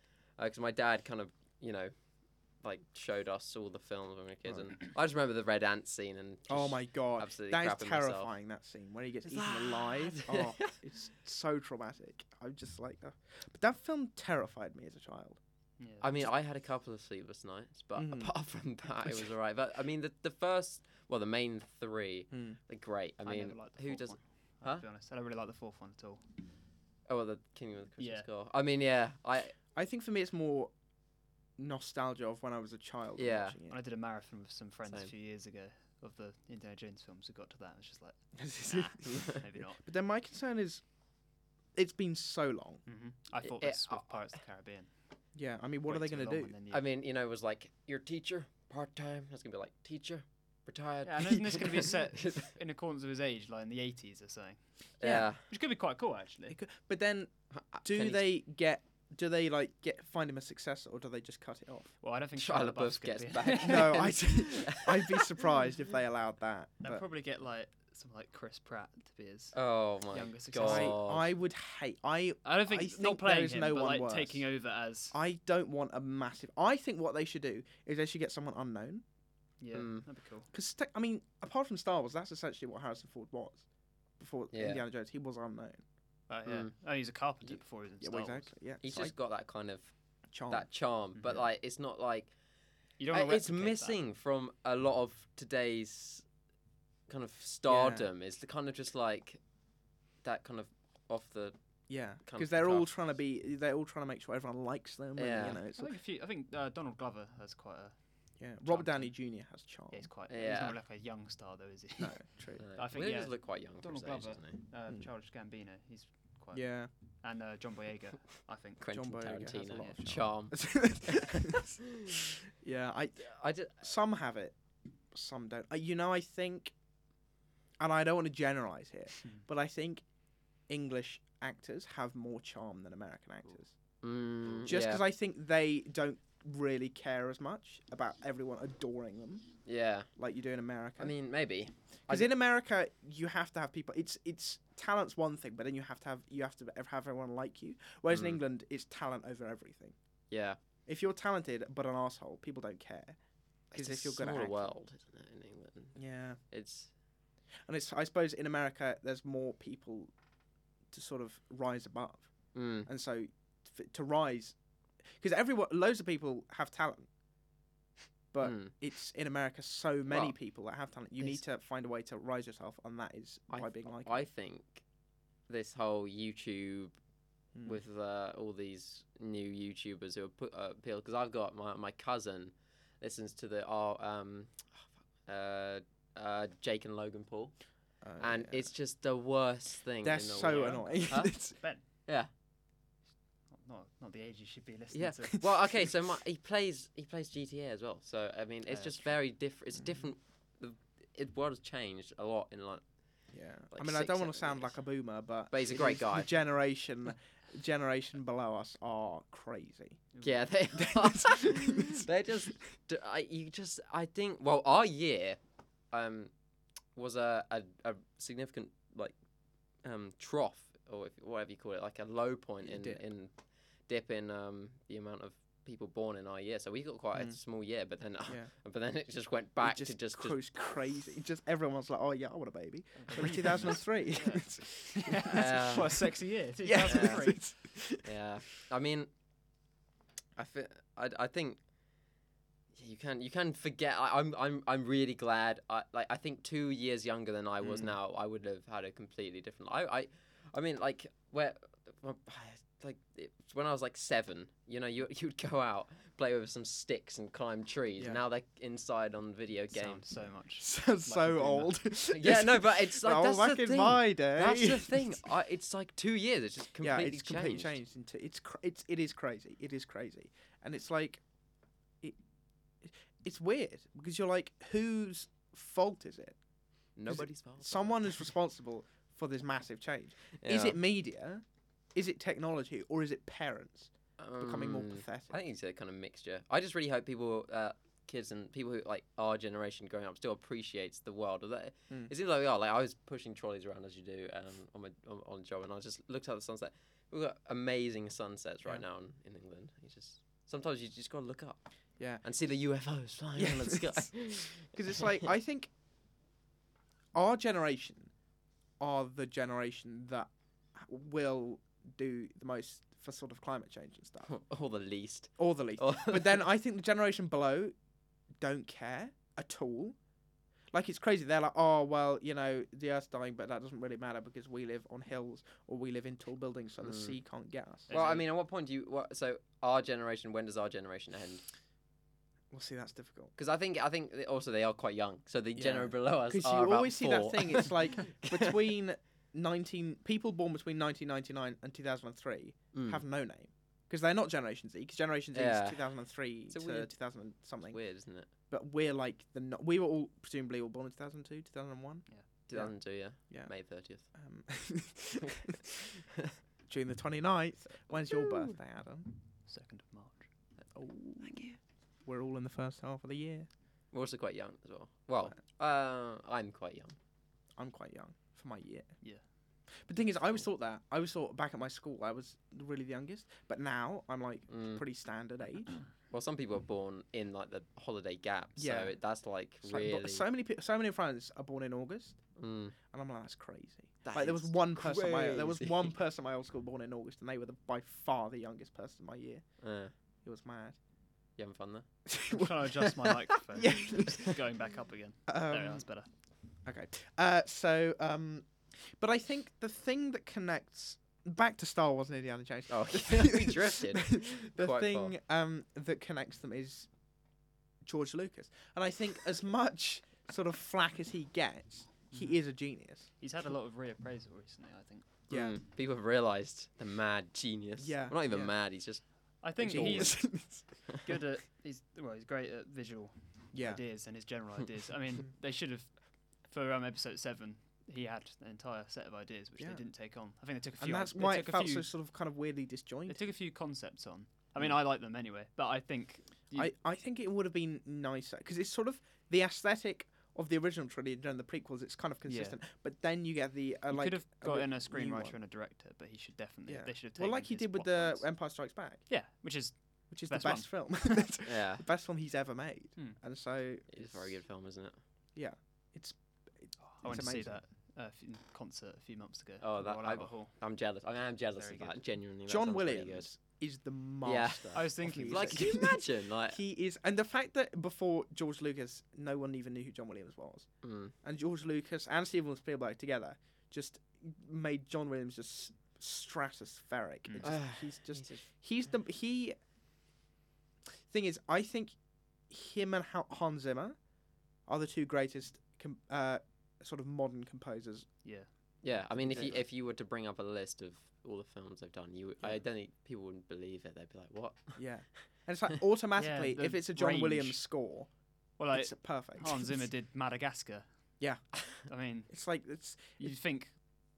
Speaker 2: because my dad kind of you know like showed us all the films when we were kids
Speaker 1: Right.
Speaker 2: and I just remember the red ant scene and
Speaker 1: [LAUGHS] Oh
Speaker 2: just-
Speaker 1: my god,
Speaker 2: absolutely
Speaker 1: that
Speaker 2: crapping
Speaker 1: is
Speaker 2: myself.
Speaker 1: terrifying. That scene where he gets
Speaker 2: Just
Speaker 1: eaten alive.
Speaker 2: [LAUGHS]
Speaker 1: Oh, it's so traumatic. I'm just like, uh, but that film terrified me as a child.
Speaker 3: Yeah.
Speaker 2: I mean, I had a couple of sleepless nights, but
Speaker 1: Mm.
Speaker 2: apart [LAUGHS] from that, it
Speaker 3: [LAUGHS]
Speaker 2: was alright. But I mean, the the first, well, the main three,
Speaker 1: Mm.
Speaker 2: they're great. I mean,
Speaker 3: never liked the
Speaker 2: who
Speaker 3: fourth
Speaker 2: does?
Speaker 3: One. I have
Speaker 2: Huh?
Speaker 3: to be honest, I don't really like the fourth one at all.
Speaker 2: Oh, well, the Kingdom of the Crystal
Speaker 3: Yeah.
Speaker 2: Skull. I mean, yeah,
Speaker 3: [LAUGHS]
Speaker 2: I [LAUGHS]
Speaker 1: I think for me, it's more nostalgia of when I was a child. than
Speaker 2: Yeah.
Speaker 1: watching
Speaker 3: When I did a marathon with some friends a
Speaker 2: Same.
Speaker 3: few years ago of the Indiana Jones films, we got to that. and It was just like,
Speaker 1: [LAUGHS] it.
Speaker 3: nah, maybe not.
Speaker 1: but then my concern is, it's been so long.
Speaker 3: hmm I
Speaker 2: It-
Speaker 3: thought
Speaker 2: it-
Speaker 3: this
Speaker 2: uh,
Speaker 3: with Pirates of the Caribbean.
Speaker 1: Yeah, I mean, what are they
Speaker 3: Wait
Speaker 1: going
Speaker 3: too
Speaker 1: to do?
Speaker 3: long and then you-
Speaker 2: I mean, you know, it was like your teacher part time. That's gonna be like teacher
Speaker 1: Uh,
Speaker 2: retired.
Speaker 3: Yeah, and isn't this
Speaker 1: [LAUGHS]
Speaker 3: gonna be set-
Speaker 2: [LAUGHS]
Speaker 3: [LAUGHS] in accordance with his age, like in the 80s or something,
Speaker 2: yeah.
Speaker 3: which could be quite cool actually.
Speaker 1: It could- But then, do
Speaker 2: Can he-
Speaker 1: they get? Do they like get find him a successor, or do they just cut it off?
Speaker 3: Well, I don't think
Speaker 2: Shia
Speaker 3: Shia LaBeouf's
Speaker 2: LaBeouf
Speaker 3: gonna
Speaker 2: gets
Speaker 3: be in [LAUGHS]
Speaker 2: back.
Speaker 3: it.
Speaker 1: No,
Speaker 2: [LAUGHS]
Speaker 1: I I'd be surprised if they allowed that. [LAUGHS]
Speaker 3: They'll
Speaker 1: but- Uh,
Speaker 3: probably get like some like Chris Pratt to be his.
Speaker 2: Oh my
Speaker 3: Younger successor.
Speaker 1: I,
Speaker 2: god.
Speaker 1: I would hate. I
Speaker 3: I don't think,
Speaker 1: I
Speaker 3: not
Speaker 1: think there
Speaker 3: playing
Speaker 1: is
Speaker 3: him,
Speaker 1: no
Speaker 3: but
Speaker 1: one
Speaker 3: like
Speaker 1: worse.
Speaker 3: taking over as.
Speaker 1: I don't want a massive. I think what they should do is they should get someone unknown.
Speaker 3: Yeah,
Speaker 1: Hmm.
Speaker 2: Mm.
Speaker 3: that'd be cool.
Speaker 1: Because I mean, apart from Star Wars, that's essentially what Harrison Ford was before
Speaker 2: Yeah.
Speaker 1: Indiana Jones. He was unknown.
Speaker 3: Oh yeah,
Speaker 2: Mm.
Speaker 3: oh, he's a carpenter
Speaker 2: Yeah,
Speaker 3: before he was in
Speaker 1: Hmm. Yeah,
Speaker 3: Star
Speaker 1: well,
Speaker 3: Wars.
Speaker 1: exactly. Yeah,
Speaker 2: He's
Speaker 1: so I-
Speaker 2: just got that kind of
Speaker 1: charm.
Speaker 2: that charm, but
Speaker 3: Mhm.
Speaker 2: like it's not like.
Speaker 3: You don't.
Speaker 2: Uh,
Speaker 3: wanna
Speaker 2: it's
Speaker 3: replicate that.
Speaker 2: missing from a lot of today's kind of stardom. It's the kind of just like that kind of off the uh,
Speaker 1: yeah,
Speaker 2: Come
Speaker 1: because they're all
Speaker 2: craft.
Speaker 1: trying to be. They're all trying to make sure everyone likes them.
Speaker 2: Yeah.
Speaker 1: And, you know, it's
Speaker 3: I think a few. I think uh, Donald Glover has quite a.
Speaker 1: yeah. Robert
Speaker 3: charm
Speaker 1: Downey
Speaker 3: to
Speaker 1: Jr. has charm.
Speaker 3: Yeah, he's quite. He's
Speaker 2: Yeah.
Speaker 3: not like a young star though, is he?
Speaker 1: Oh, [LAUGHS] No, true.
Speaker 2: uh,
Speaker 3: I think,
Speaker 2: Will
Speaker 3: yeah,
Speaker 2: does look quite young for his
Speaker 3: Donald
Speaker 2: age,
Speaker 3: Glover.
Speaker 2: doesn't he?
Speaker 3: [LAUGHS] Uh,
Speaker 1: Mm.
Speaker 3: Charles Gambino, he's quite. [LAUGHS]
Speaker 1: Yeah. [LAUGHS]
Speaker 3: And uh, John Boyega, I think.
Speaker 2: Quentin
Speaker 1: Boyega has a
Speaker 2: Tarantino
Speaker 1: lot of
Speaker 2: charm.
Speaker 1: yeah, I
Speaker 2: [LAUGHS] I just,
Speaker 1: some have it, some don't. Uh, you know, I think, and I don't want to generalize here,
Speaker 3: Hmm.
Speaker 1: but I think English actors have more charm than American actors.
Speaker 2: mm,
Speaker 1: Just
Speaker 2: yeah,
Speaker 1: because I think they don't really care as much about everyone adoring them
Speaker 2: yeah.
Speaker 1: like you do in America.
Speaker 2: I mean, maybe.
Speaker 1: because in America you have to have people. It's it's talent's one thing, but then you have to have you have to have everyone like you. Whereas in
Speaker 2: Mm.
Speaker 1: England, it's talent over everything.
Speaker 2: Yeah,
Speaker 1: If you're talented but an asshole, people don't care.
Speaker 2: it's
Speaker 1: Because
Speaker 2: a
Speaker 1: if you're good at
Speaker 2: smaller
Speaker 1: acting,
Speaker 2: world, isn't it? In England,
Speaker 1: yeah.
Speaker 2: it's
Speaker 1: And it's I suppose in America there's more people to sort of rise above,
Speaker 2: mm,
Speaker 1: and so f- to rise because everyone loads of people have talent, but
Speaker 2: mm.
Speaker 1: it's in America so many
Speaker 2: Well,
Speaker 1: people that have talent. You
Speaker 2: there's-
Speaker 1: need to find a way to rise yourself, and that is
Speaker 2: I
Speaker 1: by being like.
Speaker 2: I think this whole YouTube
Speaker 1: Mm.
Speaker 2: with uh, all these new YouTubers who are put uh, appeal because I've got my my cousin listens to the oh, um [SIGHS] uh, uh Jake and Logan Paul
Speaker 1: Oh,
Speaker 2: and
Speaker 1: yeah.
Speaker 2: it's just the worst thing.
Speaker 1: they're
Speaker 2: in the
Speaker 1: [LAUGHS] so
Speaker 2: world.
Speaker 1: annoying.
Speaker 2: Huh?
Speaker 1: It's-
Speaker 3: Ben.
Speaker 2: Yeah.
Speaker 3: Not, not not the age you should be listening
Speaker 2: Yeah. [LAUGHS]
Speaker 3: to.
Speaker 2: Well, okay.
Speaker 1: [LAUGHS]
Speaker 2: So my, he plays he plays GTA as well. So I mean, it's
Speaker 1: Uh,
Speaker 3: Yeah,
Speaker 2: just very different.
Speaker 1: Hmm.
Speaker 2: It's different. The it, world has changed a lot in like.
Speaker 1: yeah,
Speaker 2: Like
Speaker 1: I mean I
Speaker 2: six,
Speaker 1: don't want to
Speaker 2: seven
Speaker 1: sound
Speaker 2: years.
Speaker 1: like a boomer, but
Speaker 2: But he's a
Speaker 1: it
Speaker 2: great
Speaker 1: is [LAUGHS]
Speaker 2: guy.
Speaker 1: The
Speaker 2: [LAUGHS]
Speaker 1: generation, generation below us are crazy. [LAUGHS]
Speaker 2: Yeah, they are. [LAUGHS] they just. d- I, you just. I think. Well, our year, um, was a a, a significant like, um, trough or if, whatever you call it, like a low point
Speaker 1: Yeah,
Speaker 2: in
Speaker 1: dip.
Speaker 2: in dip in um the amount of people born in our year, so we got quite a
Speaker 1: Mm.
Speaker 2: small year. But then,
Speaker 1: Yeah.
Speaker 2: [LAUGHS] but then it just went
Speaker 1: It
Speaker 2: back to
Speaker 1: just
Speaker 2: just, just
Speaker 1: goes crazy. It Just everyone was like, "Oh yeah, I want a baby."
Speaker 2: [LAUGHS]
Speaker 1: But
Speaker 3: Yeah.
Speaker 1: in 2003, [LAUGHS]
Speaker 3: [LAUGHS]
Speaker 2: Yeah.
Speaker 3: What a sexy year.
Speaker 1: yeah,
Speaker 2: [LAUGHS]
Speaker 3: 2003.
Speaker 2: yeah. I mean, I fe- I, I think yeah, you can you can forget. I, I'm I'm I'm really glad. I like I think two years younger than I was
Speaker 1: Mm.
Speaker 2: now, I would have had a completely different. I I, I mean like where. [SIGHS] Like it, when I was like seven, you know, you [LAUGHS] you'd go out, play with some sticks and climb trees.
Speaker 1: Yeah.
Speaker 2: Now they're inside on video games.
Speaker 3: Sounds so much.
Speaker 1: sounds
Speaker 3: Like a
Speaker 1: [LAUGHS] so
Speaker 3: boomer.
Speaker 1: old. [LAUGHS]
Speaker 2: [LAUGHS] Yeah, no, but it's like
Speaker 1: No,
Speaker 2: that's
Speaker 1: back
Speaker 2: the
Speaker 1: in
Speaker 2: thing.
Speaker 1: my day.
Speaker 2: That's the thing. I, it's like two years. It's just
Speaker 1: [LAUGHS]
Speaker 2: completely
Speaker 1: yeah, it's completely
Speaker 2: changed.
Speaker 1: changed. Into, it's cr- it's it is crazy. It is crazy, and it's like, it, it's weird because you're like, whose fault is it?
Speaker 2: Nobody's fault.
Speaker 1: Someone is responsible for this massive change. Is
Speaker 2: Yeah.
Speaker 1: it media? Is it technology? Or is it parents becoming more
Speaker 2: Um,
Speaker 1: pathetic?
Speaker 2: I think it's a kind of mixture. I just really hope people, uh, kids and people who like our generation growing up, still appreciates the world. Although
Speaker 1: Mm.
Speaker 2: It seems like we are. Like I was pushing trolleys around as you do um, on my on, on a job, and I just looked out the sunset. We've got amazing sunsets right
Speaker 1: Yeah.
Speaker 2: now in, in England. You just sometimes you just gotta look up,
Speaker 1: Yeah.
Speaker 2: and see the UFOs [LAUGHS] flying
Speaker 1: Yeah,
Speaker 2: in the sky. [LAUGHS]
Speaker 1: Because it's like I think our generation are the generation that will do the most for sort of climate change and stuff,
Speaker 2: or the least.
Speaker 1: or the least.
Speaker 2: Or-
Speaker 1: but then I think the generation below don't care at all. Like it's crazy. They're like, oh well, you know, the Earth's dying, but that doesn't really matter because we live on hills or we live in tall buildings, so the
Speaker 2: Mm.
Speaker 1: sea can't get us.
Speaker 2: well, I
Speaker 3: Isn't it?
Speaker 2: mean, at what point do you? What, so our generation. When does our generation end?
Speaker 1: Well, see, that's difficult.
Speaker 2: Because I think I think they- also they are quite young, so the
Speaker 1: Yeah.
Speaker 2: general below us.
Speaker 1: Because you
Speaker 2: are about
Speaker 1: always see that
Speaker 2: four.
Speaker 1: thing. It's
Speaker 2: [LAUGHS]
Speaker 1: like between 19 people born between 1999 and 2003
Speaker 2: Mm.
Speaker 1: have no name because they're not Generation Z. Because Generation Z
Speaker 2: Yeah.
Speaker 1: is 2003
Speaker 2: It's a
Speaker 1: to
Speaker 2: weird-
Speaker 1: 2000 and something.
Speaker 2: weird, isn't it?
Speaker 1: But we're like the no- we were all presumably all born in 2002, 2001. Yeah.
Speaker 2: 2002, yeah.
Speaker 1: Yeah.
Speaker 2: May 30th.
Speaker 1: Um, [LAUGHS] June the 29th. When's your birthday, Adam?
Speaker 3: 2nd of March.
Speaker 1: Oh, we're all in the first half of the year.
Speaker 2: We're also quite young as well. Well, uh, I'm quite young.
Speaker 1: I'm quite young for my year.
Speaker 3: Yeah.
Speaker 1: But thing is, I always thought that. I always thought back at my school, I was really the youngest. But now I'm like
Speaker 2: Mm.
Speaker 1: pretty standard
Speaker 2: [CLEARS THROAT]
Speaker 1: age.
Speaker 2: Well, some people are born in like the holiday gap, so
Speaker 1: Yeah.
Speaker 2: it, that's like
Speaker 1: It's like,
Speaker 2: really.
Speaker 1: but so many, pe- so many friends are born in August,
Speaker 2: Mm.
Speaker 1: and I'm like, that's crazy.
Speaker 2: That
Speaker 1: like there was
Speaker 2: is
Speaker 1: one person, at my, there was
Speaker 2: crazy.
Speaker 1: one person at my old school born in August, and they were the, by far the youngest person in my year.
Speaker 2: Uh,
Speaker 1: It was mad.
Speaker 2: you having fun there?
Speaker 3: I'm trying to adjust my microphone.
Speaker 1: Yeah.
Speaker 3: It's going back up again. there, we go,
Speaker 1: Um,
Speaker 3: that's better.
Speaker 1: okay. Uh, so, um, but I think the thing that connects back to Star Wars and Indiana Jones. [LAUGHS]
Speaker 2: Oh, [LAUGHS]
Speaker 1: the
Speaker 2: yeah, we
Speaker 1: thing-
Speaker 2: drifted
Speaker 1: the
Speaker 2: quite far.
Speaker 1: thing um, that connects them is George Lucas, and I think as much sort of flack as he gets,
Speaker 2: Mm-hmm.
Speaker 1: he is a genius.
Speaker 3: He's had a lot of reappraisal recently, I think.
Speaker 1: Yeah.
Speaker 2: Mm. People have realised the mad genius.
Speaker 1: Yeah,
Speaker 2: Well, not even
Speaker 1: yeah.
Speaker 2: mad. He's just.
Speaker 3: I think
Speaker 2: Genius.
Speaker 3: he's good at he's well, he's great at visual
Speaker 1: yeah.
Speaker 3: ideas and his general ideas. I mean, they should have for um, episode seven. He had an entire set of ideas which
Speaker 1: Yeah.
Speaker 3: they didn't take on. I think they took a
Speaker 1: and
Speaker 3: few.
Speaker 1: that's
Speaker 3: they
Speaker 1: why it
Speaker 3: took a
Speaker 1: felt
Speaker 3: few-
Speaker 1: so sort of kind of weirdly
Speaker 3: They
Speaker 1: disjointed.
Speaker 3: took a few concepts on. I mean, I like them anyway, but I think you-
Speaker 1: I, I think it would have been nicer because it's sort of the aesthetic of the original trilogy and the prequels. It's kind of consistent, but then you get the uh,
Speaker 3: you
Speaker 1: like
Speaker 3: could have
Speaker 1: a
Speaker 3: got
Speaker 1: bit
Speaker 3: in a
Speaker 1: new one.
Speaker 3: screenwriter and a director, but he should definitely
Speaker 1: Yeah.
Speaker 3: they should have taken.
Speaker 1: well, like he
Speaker 3: his
Speaker 1: did with
Speaker 3: plot
Speaker 1: the um,
Speaker 3: points.
Speaker 1: Empire Strikes Back,
Speaker 3: yeah, which is
Speaker 1: which is
Speaker 3: Best
Speaker 1: the
Speaker 3: one.
Speaker 1: best film, [LAUGHS]
Speaker 2: Yeah.
Speaker 1: the best film he's ever made.
Speaker 3: Hmm.
Speaker 1: And so
Speaker 2: It's a very good film, isn't it?
Speaker 3: I went
Speaker 1: It's
Speaker 3: to see
Speaker 1: amazing.
Speaker 3: that uh, f- in concert a few months ago.
Speaker 2: Oh,
Speaker 3: at
Speaker 2: that-
Speaker 3: Royal
Speaker 2: I-
Speaker 3: Albert Hall.
Speaker 2: I'm jealous. I mean, I'm jealous
Speaker 3: Very
Speaker 2: of that.
Speaker 3: good.
Speaker 2: Genuinely. that
Speaker 1: John
Speaker 2: sounds really
Speaker 1: Williams is the master.
Speaker 3: I was
Speaker 1: of
Speaker 3: thinking,
Speaker 2: good.
Speaker 1: music.
Speaker 2: Like,
Speaker 1: [LAUGHS]
Speaker 2: can you imagine? Like,
Speaker 1: he is, and the fact that before George Lucas, no one even knew who John Williams was.
Speaker 2: mm,
Speaker 1: and George Lucas and Steven Spielberg together just made John Williams just stratospheric. It
Speaker 2: [SIGHS]
Speaker 3: Mm.
Speaker 1: just,
Speaker 2: Ah,
Speaker 1: he's just
Speaker 2: he's
Speaker 1: he's the he. Thing is, I think him and Ha- Hans Zimmer are the two greatest com- uh, sort of modern composers.
Speaker 3: Yeah,
Speaker 2: Yeah, I mean, if you
Speaker 1: Yeah.
Speaker 2: if you were to bring up a list of all the films they've done, you I
Speaker 1: Yeah.
Speaker 2: don't think people wouldn't believe it. They'd be like, "What?"
Speaker 3: [LAUGHS]
Speaker 1: Yeah. And it's like automatically,
Speaker 3: the
Speaker 1: if it's a John
Speaker 3: range.
Speaker 1: Williams score,
Speaker 3: well, like,
Speaker 1: it's perfect. [LAUGHS]
Speaker 3: Hans Zimmer did Madagascar.
Speaker 1: Yeah.
Speaker 3: I mean,
Speaker 1: [LAUGHS] It's like it's
Speaker 3: you'd think,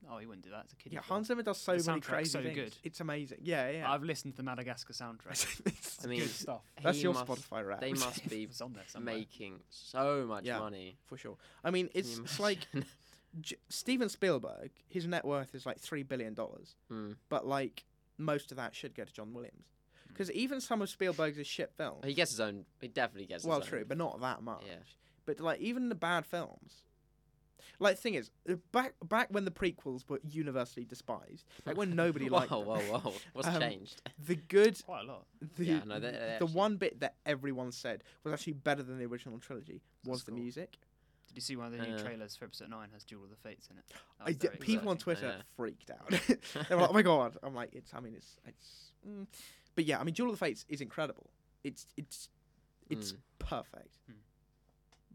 Speaker 3: oh, he wouldn't do that. It's a kid.
Speaker 1: yeah. Hans Zimmer does so
Speaker 3: The
Speaker 1: many
Speaker 3: soundtrack's
Speaker 1: crazy
Speaker 3: so
Speaker 1: things.
Speaker 3: good.
Speaker 1: It's amazing. Yeah, yeah. [LAUGHS]
Speaker 3: I've listened to the Madagascar soundtrack.
Speaker 2: I mean,
Speaker 3: good stuff.
Speaker 1: That's
Speaker 2: he
Speaker 1: your
Speaker 2: must-
Speaker 1: Spotify rap. [LAUGHS]
Speaker 2: They
Speaker 3: [LAUGHS]
Speaker 2: must be
Speaker 3: It's on there somewhere.
Speaker 2: making so much
Speaker 1: Yeah.
Speaker 2: money.
Speaker 1: for sure. I mean,
Speaker 2: Can
Speaker 1: it's,
Speaker 2: you
Speaker 1: it's like
Speaker 2: imagine? [LAUGHS]
Speaker 1: J- Steven Spielberg, his net worth is like three billion dollars,
Speaker 2: Mm,
Speaker 1: but like most of that should go to John Williams Because even some of Spielberg's shit films.
Speaker 2: He gets his own. He definitely gets.
Speaker 1: well,
Speaker 2: his
Speaker 1: true,
Speaker 2: own.
Speaker 1: but not that much.
Speaker 2: yeah,
Speaker 1: But like even the bad films. Like thing is, uh, back back when the prequels were universally despised, like when nobody liked
Speaker 2: [LAUGHS] whoa,
Speaker 1: them,
Speaker 2: whoa, whoa! What's
Speaker 1: Um,
Speaker 2: changed?
Speaker 1: the good,
Speaker 3: Quite a lot.
Speaker 1: the,
Speaker 2: Yeah, no, they- they
Speaker 1: the
Speaker 2: actually-
Speaker 1: one bit that everyone said was actually better than the original trilogy was the
Speaker 3: cool.
Speaker 1: music.
Speaker 3: Did you see one of the new
Speaker 2: Yeah.
Speaker 3: trailers for episode nine has Duel of the Fates in it?
Speaker 2: Oh,
Speaker 3: That
Speaker 1: I
Speaker 3: was
Speaker 1: d-
Speaker 3: very
Speaker 1: people on
Speaker 3: exciting.
Speaker 1: Twitter
Speaker 2: yeah.
Speaker 1: freaked out. [LAUGHS] they were like, "Oh my god!" I'm like, "It's, I mean, it's, it's." Mm. But yeah, I mean, Duel of the Fates is incredible. It's, it's, it's
Speaker 2: Mm.
Speaker 1: perfect.
Speaker 3: Mm.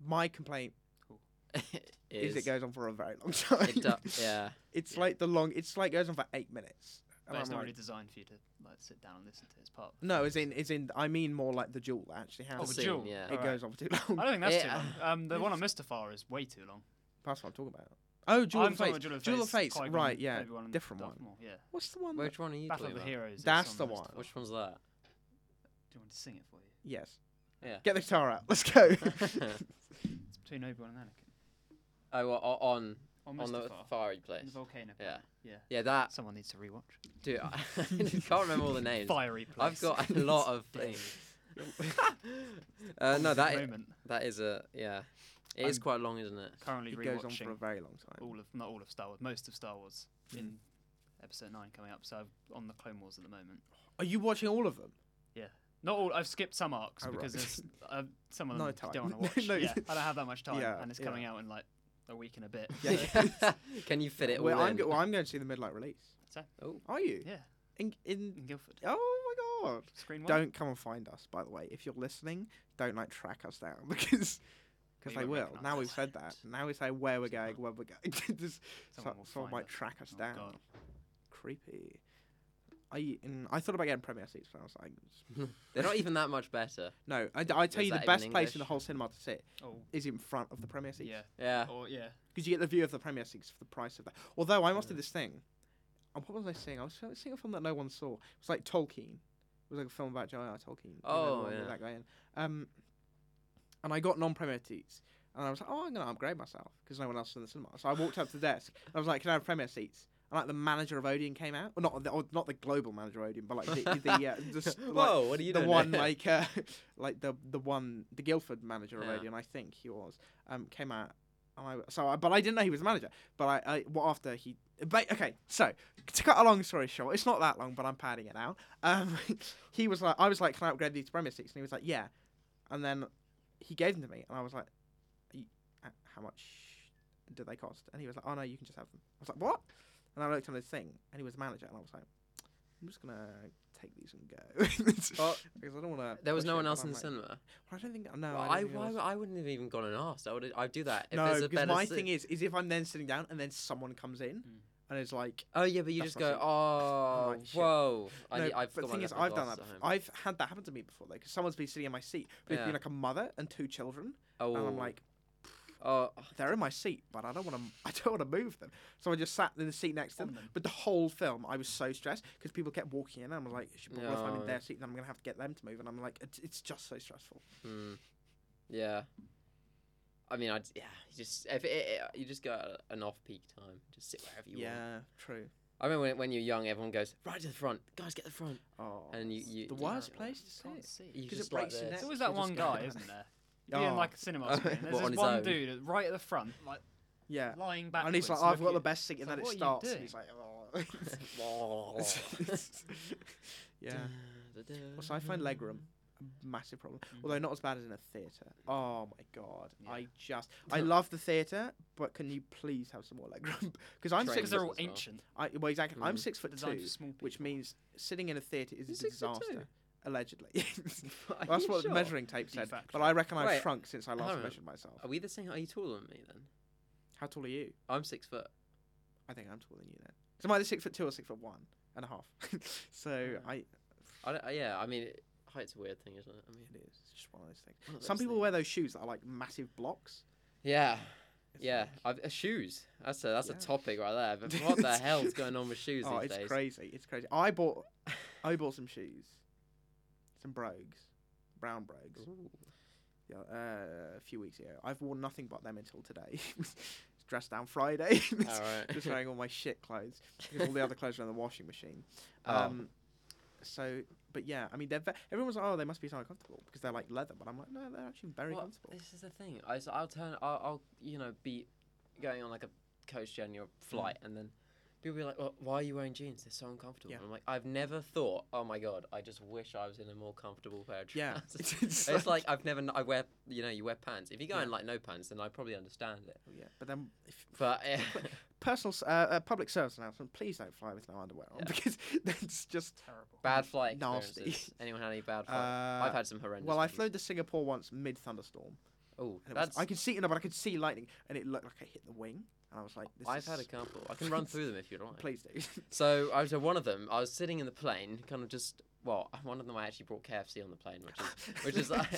Speaker 1: My complaint
Speaker 2: [LAUGHS]
Speaker 1: is, it goes on for a very long [LAUGHS] time.
Speaker 2: It do- yeah.
Speaker 1: It's
Speaker 2: Yeah.
Speaker 1: like the long. It's like goes on for eight minutes.
Speaker 3: But
Speaker 1: And
Speaker 3: it's
Speaker 1: I'm
Speaker 3: not
Speaker 1: like-
Speaker 3: really designed for you to like sit down and listen to. It's part. Of the
Speaker 1: no,
Speaker 3: film.
Speaker 1: as in, as in. I mean, more like the duel that actually
Speaker 3: Oh,
Speaker 1: happens.
Speaker 3: the
Speaker 2: Scene,
Speaker 3: duel.
Speaker 2: yeah.
Speaker 1: it
Speaker 3: Alright.
Speaker 1: goes on for too long.
Speaker 3: I don't think that's
Speaker 2: Yeah.
Speaker 3: too long. Um, the one on
Speaker 1: It's-
Speaker 3: Mustafar is way too long.
Speaker 1: [LAUGHS] That's what I'm talking about. Oh, duel of
Speaker 3: I'm
Speaker 1: the
Speaker 3: talking
Speaker 1: fates.
Speaker 3: about Duel of the
Speaker 1: Duel of the
Speaker 3: Fates,
Speaker 1: fates.
Speaker 3: Qui-Gon,
Speaker 1: Right. Yeah.
Speaker 3: Obi-Wan and
Speaker 1: different
Speaker 3: Darth
Speaker 1: one.
Speaker 3: Maul, Yeah.
Speaker 1: What's the one? that-
Speaker 2: Which one are you
Speaker 3: Battle of
Speaker 2: talking
Speaker 3: the
Speaker 2: about?
Speaker 3: Heroes. is
Speaker 1: That's
Speaker 3: on
Speaker 1: the
Speaker 3: Mustafar.
Speaker 1: one.
Speaker 2: Which one's that? [LAUGHS]
Speaker 3: Do you want to sing it for you?
Speaker 1: Yes.
Speaker 2: Yeah.
Speaker 1: Get the guitar out. Let's
Speaker 2: [LAUGHS]
Speaker 1: go.
Speaker 3: It's between Obi Wan and Anakin.
Speaker 2: Oh, well, o- on
Speaker 3: On,
Speaker 2: on the
Speaker 3: Mustafar.
Speaker 2: fiery
Speaker 3: in
Speaker 2: place.
Speaker 3: the volcano.
Speaker 2: Yeah.
Speaker 3: planet. Yeah.
Speaker 2: Yeah, that
Speaker 3: Someone needs to rewatch.
Speaker 2: dude. [LAUGHS] I can't remember
Speaker 1: [LAUGHS]
Speaker 2: all the names.
Speaker 3: Fiery place.
Speaker 2: I've got
Speaker 3: [LAUGHS]
Speaker 2: a lot of things. uh, no, that i-
Speaker 3: moment.
Speaker 2: that is a yeah. It is
Speaker 3: I'm-
Speaker 2: quite long, isn't it?
Speaker 1: [LAUGHS]
Speaker 3: Currently
Speaker 1: it
Speaker 3: rewatching
Speaker 1: goes on for a very long time.
Speaker 3: all of not all of Star Wars, most of Star Wars in
Speaker 1: Mm.
Speaker 3: episode nine coming up. So I'm on the Clone Wars at the moment.
Speaker 1: Are you watching all of them?
Speaker 3: Not all. I've skipped some arcs
Speaker 1: Oh, right.
Speaker 3: because there's uh, some of
Speaker 1: No
Speaker 3: them
Speaker 1: time.
Speaker 3: you
Speaker 1: [LAUGHS]
Speaker 3: don't
Speaker 1: No,
Speaker 3: want to watch.
Speaker 1: no.
Speaker 3: Yeah, I don't have that much time,
Speaker 1: Yeah,
Speaker 3: and it's
Speaker 1: yeah.
Speaker 3: coming out in like a week and a bit.
Speaker 1: Yeah.
Speaker 3: so-
Speaker 2: [LAUGHS] Can you fit it all
Speaker 1: well, I'm
Speaker 2: in?
Speaker 1: go- well, I'm going to see the midnight release.
Speaker 3: So-
Speaker 2: Oh.
Speaker 1: Are you?
Speaker 3: yeah,
Speaker 1: In, in
Speaker 3: in Guildford.
Speaker 1: Oh my god.
Speaker 3: Screen one.
Speaker 1: Don't come and find us, by the way. If you're listening, don't like track us down [LAUGHS] because because
Speaker 3: We
Speaker 1: they
Speaker 3: won't
Speaker 1: will.
Speaker 3: recognise
Speaker 1: Now
Speaker 3: our
Speaker 1: we've said that.
Speaker 3: sound.
Speaker 1: Now we say where we're
Speaker 3: Someone-
Speaker 1: going, where we're going. [LAUGHS] Just
Speaker 3: Someone
Speaker 1: so,
Speaker 3: will
Speaker 1: someone
Speaker 3: find
Speaker 1: might
Speaker 3: us.
Speaker 1: track us
Speaker 3: Oh,
Speaker 1: down.
Speaker 3: God.
Speaker 1: Creepy. I and I thought about getting premiere seats, but I was like,
Speaker 2: They're not even that much better.
Speaker 1: no. I, I tell you,
Speaker 2: Is
Speaker 1: the
Speaker 2: that even
Speaker 1: best place in the
Speaker 2: English?
Speaker 1: whole cinema to sit
Speaker 3: Oh
Speaker 1: is in front of the premiere seats.
Speaker 3: yeah.
Speaker 1: Ah.
Speaker 2: Yeah.
Speaker 3: Or yeah.
Speaker 1: because you get the view of the premiere seats for the price of that. Although I must do this thing. Uh, What was I seeing? I was seeing a film that no one saw. It was like Tolkien. It was like a film about J.R.R. Tolkien. you know, the
Speaker 2: Oh,
Speaker 1: one with
Speaker 2: yeah.
Speaker 1: that guy in. Um, and I got non-premiere seats, and I was like, "Oh, I'm gonna upgrade myself because no one else is in the cinema." So I walked up to the desk and I was like, "Can I have premiere seats?" And like the manager of Odeon came out, well, not the, or not the global manager of Odeon, but like [LAUGHS] the, the
Speaker 2: [LAUGHS]
Speaker 1: uh, just like,
Speaker 2: Whoa, what are you
Speaker 1: the
Speaker 2: doing?
Speaker 1: one like uh, [LAUGHS] like the the one the Guildford manager of
Speaker 2: Yeah.
Speaker 1: Odeon, I think he was, um, came out. And I, so, I, but I didn't know he was the manager. But I, I well, after he, ba- okay. So to cut a long story short, it's not that long, but I'm padding it out. Um, [LAUGHS] he was like, I was like, can I upgrade these premise seats? And he was like, yeah. And then he gave them to me, and I was like, "Y- h- how much do they cost? And he was like, oh no, you can just have them. I was like, what? And I looked on his thing, and he was the manager, and I was like, I'm just gonna take these and go [LAUGHS]
Speaker 2: Well,
Speaker 1: because I don't want to.
Speaker 2: there was no one else in the cinema.
Speaker 1: I don't think. No,
Speaker 2: Well,
Speaker 1: I,
Speaker 2: I,
Speaker 1: don't think
Speaker 2: why,
Speaker 1: there was.
Speaker 2: I wouldn't have even gone and asked. I would. I'd do that. If
Speaker 1: no,
Speaker 2: there's a
Speaker 1: because
Speaker 2: better
Speaker 1: my
Speaker 2: si-
Speaker 1: thing is, is if I'm then sitting down and then someone comes in
Speaker 2: Hmm.
Speaker 3: Mm.
Speaker 1: and is like,
Speaker 2: Oh yeah, but you
Speaker 1: That's
Speaker 2: just
Speaker 1: my
Speaker 2: go.
Speaker 1: thing.
Speaker 2: Oh,
Speaker 1: like, shit."
Speaker 2: whoa. I,
Speaker 1: no,
Speaker 2: need- I've
Speaker 1: but the
Speaker 2: got my
Speaker 1: thing is,
Speaker 2: leopard
Speaker 1: I've done that.
Speaker 2: glasses at home.
Speaker 1: I've had that happen to me before, though, because someone's been sitting in my seat, but it's
Speaker 2: Yeah.
Speaker 1: been like a mother and two children,
Speaker 2: Oh,
Speaker 1: and I'm like,
Speaker 2: oh,
Speaker 1: they're in my seat, but I don't want to. [LAUGHS] I don't want to move them. So I just sat in the seat next to
Speaker 3: On
Speaker 1: them.
Speaker 3: them.
Speaker 1: But the whole film, I was so stressed because people kept walking in, and I'm like, "Shit, but what if I'm in
Speaker 2: No.
Speaker 1: their seat, then I'm gonna have to get them to move, and I'm like, it's, it's just so stressful.
Speaker 2: hmm, yeah. I mean, I'd yeah. You just if it, it- you just go at an off-peak time, just sit wherever you want.
Speaker 1: yeah, true.
Speaker 2: I remember when, when you're young, everyone goes right to the front. Guys, get the front.
Speaker 1: Oh,
Speaker 2: And you, you
Speaker 1: the
Speaker 2: you-
Speaker 1: worst
Speaker 2: [LAUGHS]
Speaker 1: place to
Speaker 3: Can't
Speaker 1: sit.
Speaker 3: see.
Speaker 2: you
Speaker 1: 'cause it
Speaker 2: just like
Speaker 1: breaks your
Speaker 2: this.
Speaker 3: There's
Speaker 1: neck.
Speaker 3: always
Speaker 1: you
Speaker 3: that
Speaker 1: just
Speaker 3: one
Speaker 1: go- [LAUGHS]
Speaker 3: guy, isn't there? You'd be in
Speaker 1: Oh.
Speaker 3: like
Speaker 1: [LAUGHS]
Speaker 3: a cinema screen.
Speaker 2: What,
Speaker 3: There's
Speaker 2: on
Speaker 3: this
Speaker 2: his
Speaker 3: one
Speaker 2: own?
Speaker 3: dude right at the front, like
Speaker 1: Yeah.
Speaker 3: lying back.
Speaker 1: And he's like, I've got the best seat, and
Speaker 3: It's
Speaker 1: then
Speaker 3: like,
Speaker 1: it
Speaker 3: what are you
Speaker 1: starts. And
Speaker 3: doing?
Speaker 1: he's like, oh. [LAUGHS]
Speaker 2: [LAUGHS]
Speaker 1: yeah. Also, I find
Speaker 2: Mm-hmm.
Speaker 1: legroom a massive problem.
Speaker 2: Mm.
Speaker 1: Although not as bad as in a theatre. Oh my god,
Speaker 3: Yeah.
Speaker 1: I just I love the theatre, but can you please have some more legroom? [LAUGHS] Because I'm
Speaker 3: Because
Speaker 1: six.
Speaker 2: Trains
Speaker 3: they're
Speaker 2: as
Speaker 3: all
Speaker 2: well.
Speaker 3: ancient.
Speaker 1: I, well, exactly. I'm
Speaker 2: Mm.
Speaker 1: six foot
Speaker 3: designed
Speaker 1: two,
Speaker 3: for small
Speaker 1: which
Speaker 3: people.
Speaker 1: means sitting in a theatre is
Speaker 2: You're
Speaker 1: a
Speaker 2: six foot two?
Speaker 1: disaster. Allegedly, [LAUGHS]
Speaker 3: [LAUGHS]
Speaker 1: Well, [LAUGHS] that's what the measuring tape
Speaker 3: De
Speaker 1: said.
Speaker 3: facto.
Speaker 1: But I reckon I've
Speaker 2: Wait,
Speaker 1: shrunk since I last
Speaker 2: hang on.
Speaker 1: measured myself.
Speaker 2: Are we the same? Are you taller than me then?
Speaker 1: How tall are you?
Speaker 2: I'm six foot.
Speaker 1: I think I'm taller than you then. So am I either six foot two or six foot one and a half? [LAUGHS] so
Speaker 2: Ah.
Speaker 1: I it
Speaker 2: I don't, yeah, I mean, it, height's a weird thing, isn't it? I mean,
Speaker 1: is it's just one of those things.
Speaker 2: one of
Speaker 1: Some
Speaker 2: those
Speaker 1: people wear those shoes that are like massive blocks.
Speaker 2: things. Yeah,
Speaker 1: It's
Speaker 2: yeah.
Speaker 1: like-
Speaker 2: I've, uh, shoes. That's a that's
Speaker 1: Yeah.
Speaker 2: a topic right there. But what
Speaker 1: [LAUGHS]
Speaker 2: the hell's going on with shoes
Speaker 1: oh,
Speaker 2: these
Speaker 1: it's
Speaker 2: days?
Speaker 1: crazy. It's crazy. I bought I bought some shoes, some brogues, brown brogues,
Speaker 2: Ooh.
Speaker 1: the o- uh, a few weeks ago. I've worn nothing but them until today. [LAUGHS] it's dressed down Friday. [LAUGHS]
Speaker 2: All right.
Speaker 1: Just
Speaker 2: [LAUGHS]
Speaker 1: wearing all my shit clothes because all the other clothes are in the washing machine.
Speaker 2: Oh.
Speaker 1: Um, So, but yeah, I mean, they're ve- everyone's like, oh, they must be so uncomfortable because they're like leather, but I'm like, no, they're actually very
Speaker 2: Well,
Speaker 1: comfortable.
Speaker 2: This is the thing. I, so I'll turn. I'll, I'll you know be going on like a coach journey or
Speaker 1: Mm.
Speaker 2: flight, and then people be like, well, "Why are you wearing jeans? They're so uncomfortable."
Speaker 1: Yeah.
Speaker 2: And I'm like, I've never thought. Oh my god, I just wish I was in a more comfortable pair of
Speaker 1: Yeah,
Speaker 2: trousers.
Speaker 1: [LAUGHS]
Speaker 2: it's like I've never. kn- I wear you know you wear pants. If you go
Speaker 1: Yeah.
Speaker 2: in like no pants, then I probably understand it.
Speaker 1: yeah, but then if [LAUGHS]
Speaker 2: But [LAUGHS] eh,
Speaker 1: personal s- uh, uh, public service announcement, please don't fly with no underwear on
Speaker 2: Yeah.
Speaker 1: [LAUGHS] because that's just
Speaker 3: Terrible.
Speaker 2: bad flight
Speaker 1: [LAUGHS] Nasty.
Speaker 2: experiences. Anyone had any bad flight? I've
Speaker 1: uh,
Speaker 2: had some horrendous.
Speaker 1: well, I flew to Singapore once mid thunderstorm.
Speaker 2: Oh,
Speaker 1: And it was,
Speaker 2: that's.
Speaker 1: I could see no, but I could see lightning, and it looked like I hit the wing, and I was like, this
Speaker 2: I've
Speaker 1: is
Speaker 2: had a couple. I can run through them if you
Speaker 1: [LAUGHS]
Speaker 2: like.
Speaker 1: please do.
Speaker 2: So I was at one of them. I was sitting in the plane, kind of just well, [LAUGHS] one of them I actually brought KFC on the plane, which is
Speaker 1: [LAUGHS]
Speaker 2: which is [LAUGHS] like,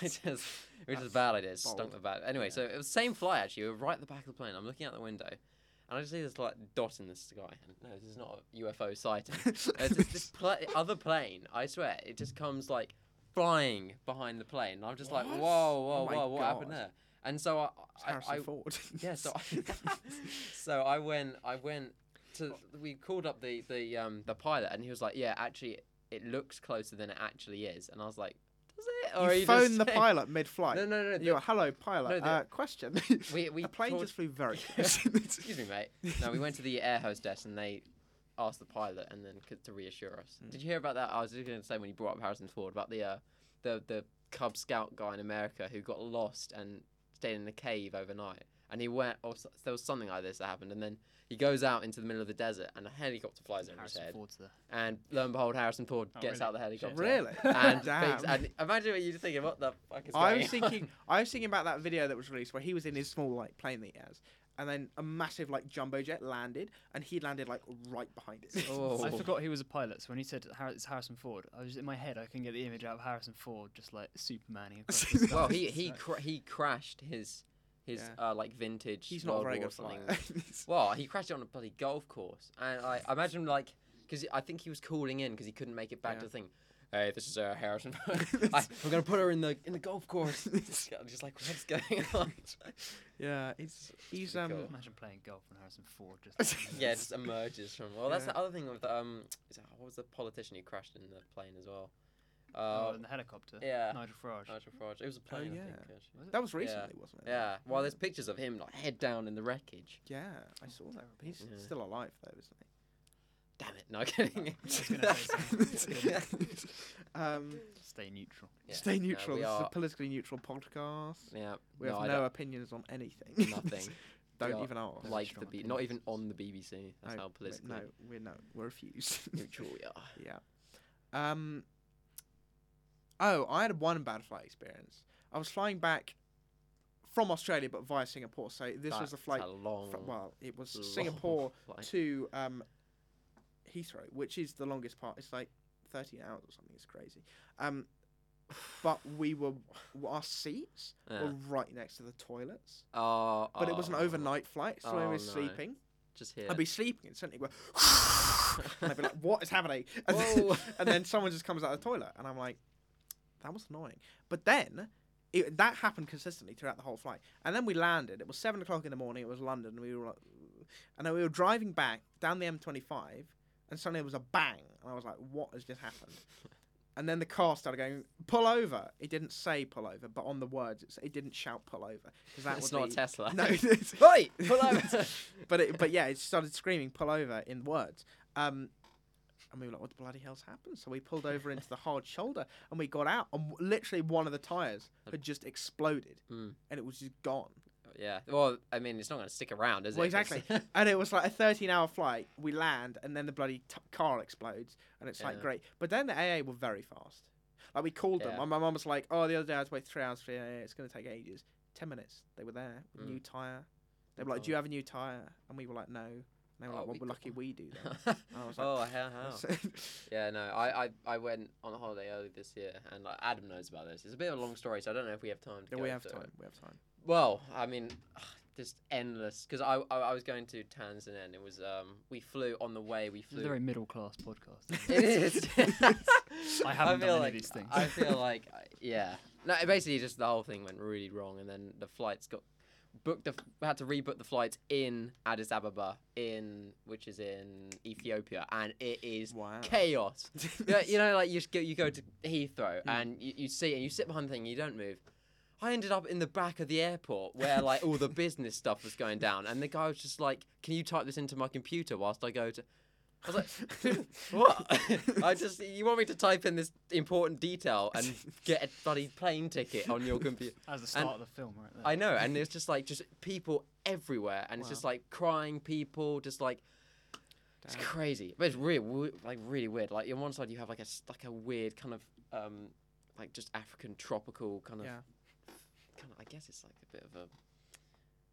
Speaker 2: which is which is a
Speaker 1: That's
Speaker 2: bad idea. It stunk
Speaker 1: bold.
Speaker 2: about. Anyway,
Speaker 1: Yeah.
Speaker 2: so it was same flight actually. We were right at the back of the plane. I'm looking out the window, and I just see this like dot in the sky. And no, this is not a UFO
Speaker 1: [LAUGHS]
Speaker 2: sighting. Uh, It's just this pla- other plane. I swear, it just comes like flying behind the plane. And I'm just like,
Speaker 1: What?
Speaker 2: whoa,
Speaker 1: Oh
Speaker 2: whoa,
Speaker 1: my
Speaker 2: whoa, what happened
Speaker 1: God.
Speaker 2: there? And so I, I,
Speaker 1: Harrison
Speaker 2: I
Speaker 1: Ford.
Speaker 2: [LAUGHS]
Speaker 1: [LAUGHS]
Speaker 2: yeah, so I, so I went I went to we called up the the um the pilot and he was like, yeah, actually it looks closer than it actually is, and I was like, does it? are
Speaker 1: you,
Speaker 2: just
Speaker 1: phone the
Speaker 2: saying-
Speaker 1: pilot mid-flight.
Speaker 2: [LAUGHS] No, no, no.
Speaker 1: You're
Speaker 2: The,
Speaker 1: like, hello, pilot.
Speaker 2: No, the-
Speaker 1: uh, question. [LAUGHS]
Speaker 2: we we
Speaker 1: the plane
Speaker 2: called-
Speaker 1: just flew
Speaker 2: [LAUGHS]
Speaker 1: very
Speaker 2: Yeah.
Speaker 1: close.
Speaker 2: excuse me, mate. No, we went to the [LAUGHS] air hostess and they asked the pilot and then c- to reassure us.
Speaker 1: Mm.
Speaker 2: Did you hear about that? I was just going to say when you brought up Harrison Ford about the uh the the Cub Scout guy in America who got lost and stayed in a cave overnight. And he went, or s- there was something like this that happened. And then he goes out into the middle of the desert, and a helicopter flies over his
Speaker 3: Harrison
Speaker 2: head.
Speaker 3: Ford's there.
Speaker 2: And lo and behold, Harrison Ford
Speaker 3: Oh,
Speaker 2: gets
Speaker 3: really?
Speaker 2: out the
Speaker 1: [LAUGHS]
Speaker 2: helicopter.
Speaker 1: Really?
Speaker 2: And,
Speaker 1: [LAUGHS] Damn.
Speaker 2: thinks- and imagine what you're thinking. What the fuck is
Speaker 1: I
Speaker 2: going
Speaker 1: was thinking.
Speaker 2: [LAUGHS]
Speaker 3: [LAUGHS]
Speaker 2: on?
Speaker 1: I was thinking about that video that was released where he was in his small like plane that he has, and then a massive like jumbo jet landed, and he landed like right behind it.
Speaker 2: [LAUGHS]
Speaker 1: [LAUGHS]
Speaker 2: Oh.
Speaker 3: I forgot he was a pilot, so when he said Har- it's Harrison Ford, I was in my head. I can get the image out of Harrison Ford just like Supermaning across the sky.
Speaker 2: Well, he he cra- he crashed his his
Speaker 1: Yeah.
Speaker 2: uh, like vintage.
Speaker 1: He's not a
Speaker 2: World
Speaker 1: very
Speaker 2: War
Speaker 1: good
Speaker 2: something.
Speaker 1: flyer. [LAUGHS]
Speaker 2: Well, he crashed it on a bloody golf course, and I, I imagine like because I think he was calling in because he couldn't make it back to
Speaker 1: Yeah.
Speaker 2: the thing. Hey, this is uh,
Speaker 1: [LAUGHS]
Speaker 2: Harrison. [LAUGHS] I, I'm gonna put her in the in the golf course. I'm just like what's going [LAUGHS] on?
Speaker 1: yeah, he's he's
Speaker 2: pretty
Speaker 1: um.
Speaker 2: cool.
Speaker 3: Imagine playing golf and Harrison Ford just.
Speaker 2: yeah, it just emerges from. Well, that's
Speaker 1: Yeah.
Speaker 2: the other thing with um, is- what was the politician who crashed in the plane as well?
Speaker 3: Oh,
Speaker 2: Uh,
Speaker 3: in the helicopter.
Speaker 2: yeah,
Speaker 3: Nigel Farage.
Speaker 2: Nigel Farage. It was a plane, I
Speaker 1: Oh, yeah.
Speaker 2: think. Actually.
Speaker 1: That was recently, wasn't it?
Speaker 2: Yeah. Well, there's pictures of him like head down in the wreckage.
Speaker 1: Yeah, I saw that. But he's
Speaker 2: Yeah.
Speaker 1: still alive though, isn't he?
Speaker 2: Damn it! No [LAUGHS] kidding.
Speaker 3: was gonna
Speaker 2: [LAUGHS]
Speaker 3: say
Speaker 1: [LAUGHS]
Speaker 3: something.
Speaker 1: um,
Speaker 3: Stay neutral.
Speaker 2: Yeah,
Speaker 1: Stay
Speaker 2: no,
Speaker 1: neutral.
Speaker 2: we
Speaker 1: this is a
Speaker 2: are-
Speaker 1: politically neutral podcast.
Speaker 2: Yeah.
Speaker 1: We
Speaker 2: no,
Speaker 1: have
Speaker 2: I
Speaker 1: no
Speaker 2: don't-
Speaker 1: opinions on [LAUGHS] anything.
Speaker 2: nothing.
Speaker 1: don't
Speaker 2: are
Speaker 1: even ask.
Speaker 3: Very
Speaker 2: like
Speaker 3: strong
Speaker 2: the B-
Speaker 3: opinions.
Speaker 2: not even on the BBC. That's
Speaker 1: No,
Speaker 2: how
Speaker 1: we-
Speaker 2: politically
Speaker 1: No, we're no, we're refused.
Speaker 2: neutral we are.
Speaker 1: yeah. Um. Oh, I had one bad flight experience. I was flying back from Australia, but via Singapore. So this was
Speaker 2: That's
Speaker 1: the flight.
Speaker 2: A long,
Speaker 1: From, well, it was
Speaker 2: long
Speaker 1: Singapore
Speaker 2: [LAUGHS] flight.
Speaker 1: to um, Heathrow, which is the longest part. It's like 13 hours or something. It's crazy. Um, but we were our seats
Speaker 2: Yeah.
Speaker 1: were right next to the toilets.
Speaker 2: Oh,
Speaker 1: But it was an
Speaker 2: oh,
Speaker 1: overnight flight, so I
Speaker 2: Oh,
Speaker 1: was
Speaker 2: no.
Speaker 1: sleeping.
Speaker 2: Just here.
Speaker 1: I'd
Speaker 2: [LAUGHS]
Speaker 1: be [LAUGHS] sleeping and suddenly go, and I'd be like, "What is happening?" [LAUGHS] And then,
Speaker 2: Whoa.
Speaker 1: and then someone just comes out of the toilet, and I'm like, "That was annoying." But then. It, that happened consistently throughout the whole flight, and then we landed. It was seven o'clock in the morning. It was London. We were, like, and then we were driving back down the M25, and suddenly there was a bang, and I was like, "What has just happened?" And then the car started going, "Pull over." It didn't say "pull over," but on the words, it, it didn't shout "pull over" because that
Speaker 2: it's
Speaker 1: would
Speaker 2: not
Speaker 1: be
Speaker 2: a Tesla.
Speaker 1: [LAUGHS]
Speaker 2: [LAUGHS]
Speaker 1: no. it's-
Speaker 2: Oi, pull
Speaker 1: [LAUGHS]
Speaker 2: over. [LAUGHS]
Speaker 1: but it, but yeah, it started screaming "pull over" in words. Um, and we were like, "What the bloody hell's happened?" So we pulled over into the hard shoulder, and we got out, and w- literally one of the tires had just exploded,
Speaker 2: Mm.
Speaker 1: and it was just gone.
Speaker 2: yeah. Well, I mean, it's not going to stick around, is
Speaker 1: Well,
Speaker 2: it? It's- [LAUGHS]
Speaker 1: exactly. [LAUGHS] And it was like a 13-hour flight. We land, and then the bloody t- car explodes, and it's like
Speaker 2: Yeah.
Speaker 1: great. But then the AA were very fast. Like we called them,
Speaker 2: Yeah.
Speaker 1: and my mum was like, "Oh, the other day I had to wait three hours for the AA. It's going to take ages." Ten minutes. They were there with
Speaker 2: Mm.
Speaker 1: new tire. They were like, "Do you have a new tire?" And we were like, "No." And they were
Speaker 2: Oh,
Speaker 1: like, "Well,
Speaker 2: we
Speaker 1: we're
Speaker 2: got
Speaker 1: lucky
Speaker 2: one."
Speaker 1: we do
Speaker 2: [LAUGHS]
Speaker 1: that." I was like,
Speaker 2: oh, how how.
Speaker 1: So- [LAUGHS]
Speaker 2: Yeah, no, I, I, I went on a holiday early this year, and like, Adam knows about this. It's a bit of a long story, so I don't know if we have time to
Speaker 1: Yeah,
Speaker 2: go
Speaker 1: we have
Speaker 2: into it.
Speaker 1: time. We have time.
Speaker 2: Well, I mean, just endless. Because I, I, I was going to Tanzania, and it was um, we flew on the way. We
Speaker 3: This is a
Speaker 2: flew.
Speaker 1: [LAUGHS]
Speaker 2: [LAUGHS]
Speaker 3: very middle class podcast.
Speaker 2: it is.
Speaker 3: I haven't
Speaker 2: feel
Speaker 3: done any of
Speaker 2: like,
Speaker 3: these things. [LAUGHS]
Speaker 2: uh, I feel like, I- yeah. No, it basically, just the whole thing went really wrong, and then the flights got. booked the f- had to rebook the flights in Addis Ababa, in which is in Ethiopia, and it is
Speaker 1: Wow. [LAUGHS]
Speaker 2: chaos. [LAUGHS] Yeah, you know, like you just go, you go to Heathrow
Speaker 1: Mm.
Speaker 2: and you, you see and you sit behind the thing and you don't move. I ended up in the back of the airport where like all the business stuff was going down, and the guy was just like, "Can you type this into my computer whilst I go to?" I was like, [LAUGHS] "What? I just you want me to type in this important detail and get a bloody plane ticket on your computer?"
Speaker 3: As the start of the film, right there.
Speaker 2: I know,
Speaker 1: [LAUGHS]
Speaker 2: and it's just like just people everywhere, and it's just like crying people, just like it's
Speaker 1: Damn.
Speaker 2: crazy. But it's really we- like really weird. Like on one side you have like a s- like a weird kind of um like just African tropical kind of
Speaker 1: Yeah.
Speaker 2: kind of I guess it's like a bit of a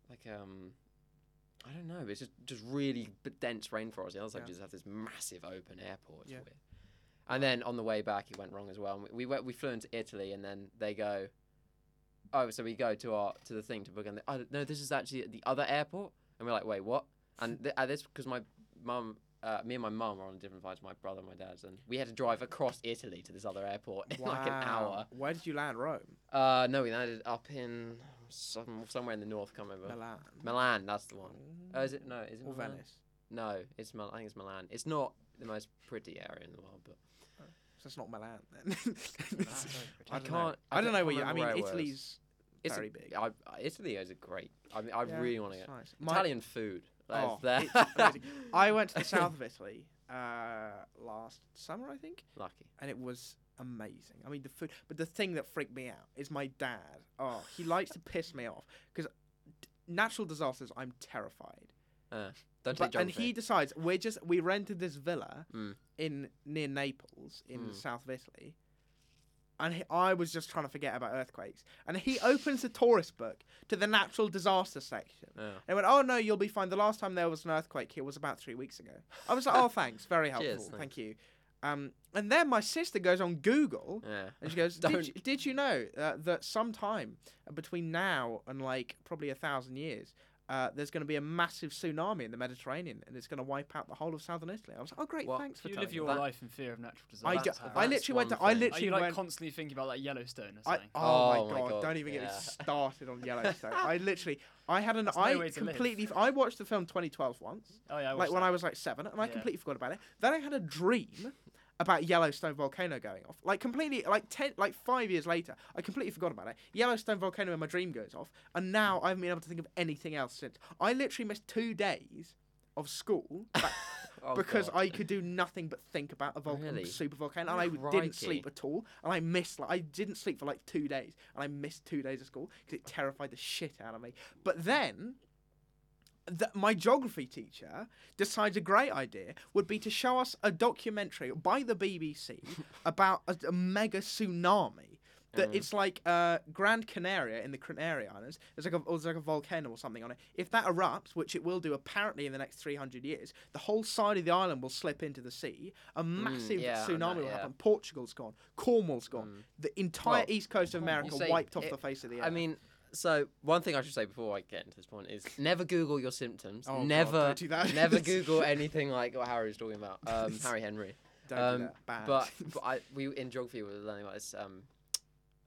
Speaker 2: like um. I don't know. It's just, just really b- dense rainforest. The other side,
Speaker 1: Yeah.
Speaker 2: you just have this massive open airport. It's
Speaker 1: Yeah.
Speaker 2: weird. And then on the way back, it went wrong as well. And we, we went, we flew into Italy, and then they go, oh, so we go to our to the thing to book, and they, oh, no, this is actually at the other airport, and we're like, wait, what? And th- at this because my mum, uh, me and my mum are on a different flight to my brother and my dad's, and we had to drive across Italy to this other airport [LAUGHS] in [LAUGHS] like an hour.
Speaker 1: Where did you land? Rome,
Speaker 2: Uh, no, we landed up in some, somewhere in the north. Can't remember. Milan,
Speaker 1: Milan,
Speaker 2: that's the one. Oh, is it no? Is it
Speaker 1: or
Speaker 2: Milan?
Speaker 1: Venice.
Speaker 2: No, it's Mil- I think it's Milan. It's not the most pretty area in the world, but
Speaker 1: So it's not Milan then. [LAUGHS]
Speaker 2: I
Speaker 1: don't
Speaker 2: can't.
Speaker 1: Know. I don't know where you. I
Speaker 2: remember
Speaker 1: mean,
Speaker 2: where it was.
Speaker 1: Italy's
Speaker 2: It's a-
Speaker 1: very big.
Speaker 2: I, I- Italy is a great. I mean, I
Speaker 1: Yeah,
Speaker 2: really want to
Speaker 1: it's
Speaker 2: go.
Speaker 1: nice. My-
Speaker 2: Italian food. That's
Speaker 1: Oh,
Speaker 2: there.
Speaker 1: it's
Speaker 2: [LAUGHS]
Speaker 1: amazing. I went to the south of Italy uh, last summer, I think,
Speaker 2: Lucky.
Speaker 1: and it was amazing. I mean, the food. But the thing that freaked me out is my dad. Oh, he likes to piss me off because natural disasters. I'm terrified.
Speaker 2: Don't
Speaker 1: But-
Speaker 2: take John
Speaker 1: and he decides we're just we rented this villa
Speaker 2: Mm.
Speaker 1: in near Naples in
Speaker 2: Mm.
Speaker 1: south of Italy, and he, I was just trying to forget about earthquakes. And he opens the tourist book to the natural disaster section.
Speaker 2: Oh.
Speaker 1: They went, "Oh no, you'll be fine." The last time there was an earthquake here was about three weeks ago. I was like,
Speaker 2: [LAUGHS]
Speaker 1: "Oh, thanks, very helpful,
Speaker 2: Cheers,
Speaker 1: thank you." Um, and then my sister goes on Google
Speaker 2: Yeah.
Speaker 1: and she
Speaker 3: [LAUGHS]
Speaker 1: goes,
Speaker 2: Don't.
Speaker 1: did you, did you know uh, that sometime between now and like probably a thousand years, uh, there's going to be a massive tsunami in the Mediterranean and it's going to wipe out the whole of southern Italy? I was like, oh, great,
Speaker 2: Well,
Speaker 1: thanks for
Speaker 3: you
Speaker 1: telling
Speaker 3: live your
Speaker 1: me.
Speaker 2: that-
Speaker 3: life in fear of natural
Speaker 1: I,
Speaker 3: disasters.
Speaker 1: do,
Speaker 2: That's-
Speaker 1: I
Speaker 2: that's
Speaker 1: literally went.
Speaker 2: one
Speaker 1: To, I
Speaker 2: thing.
Speaker 1: literally
Speaker 3: Are you like
Speaker 1: went.
Speaker 3: constantly thinking about like Yellowstone or
Speaker 1: I,
Speaker 3: something?
Speaker 1: oh,
Speaker 2: Oh
Speaker 1: my
Speaker 2: my
Speaker 1: god,
Speaker 2: God,
Speaker 1: Don't even get me
Speaker 3: [LAUGHS]
Speaker 2: yeah.
Speaker 1: started on Yellowstone. I literally, I had an,
Speaker 3: There's no
Speaker 1: I
Speaker 3: way to live.
Speaker 1: completely, I watched the film 2012 once,
Speaker 3: oh yeah, I
Speaker 1: like
Speaker 3: watched
Speaker 1: when
Speaker 3: that.
Speaker 1: I was like seven, and I
Speaker 3: Yeah.
Speaker 1: completely forgot about it. Then I had a dream about Yellowstone volcano going off. Like completely, like ten, like five years later, I completely forgot about it. Yellowstone volcano in my dream goes off, and now I haven't been able to think of anything else since. I literally missed two days of school ba-
Speaker 2: Oh,
Speaker 1: because
Speaker 2: God.
Speaker 1: I could do nothing but think about a volcano,
Speaker 2: Really?
Speaker 1: super volcano, and I didn't sleep at all. And I missed, like, I didn't sleep for like two days, and I missed two days of school because it terrified the shit out of me. But then, th- my geography teacher decides a great idea would be to show us a documentary by the
Speaker 2: [LAUGHS]
Speaker 1: BBC about a, a mega tsunami. That
Speaker 2: Mm.
Speaker 1: it's like uh, Grand Canaria in the Canary Islands. There's like a there's like a volcano or something on it. If that erupts, which it will do apparently in the next 300 years, the whole side of the island will slip into the sea. A massive
Speaker 2: Mm, yeah, I
Speaker 1: tsunami
Speaker 2: know,
Speaker 1: will
Speaker 2: yeah. Mm.
Speaker 1: happen. Corporal's gone. Cornwall's gone. The entire
Speaker 2: Well,
Speaker 1: east coast of America
Speaker 2: say
Speaker 1: wiped off
Speaker 2: it-
Speaker 1: the face of the earth.
Speaker 2: I mean, so one thing I should say before I get into this point is never Google your symptoms.
Speaker 1: Oh, God,
Speaker 2: never,
Speaker 1: don't do that. [LAUGHS]
Speaker 2: never Google anything like what Harry was talking about. Um, Harry Henry.
Speaker 1: Don't
Speaker 2: um,
Speaker 1: do that. [LAUGHS] Bad.
Speaker 2: But, but I, we in geography we were learning about this. Um,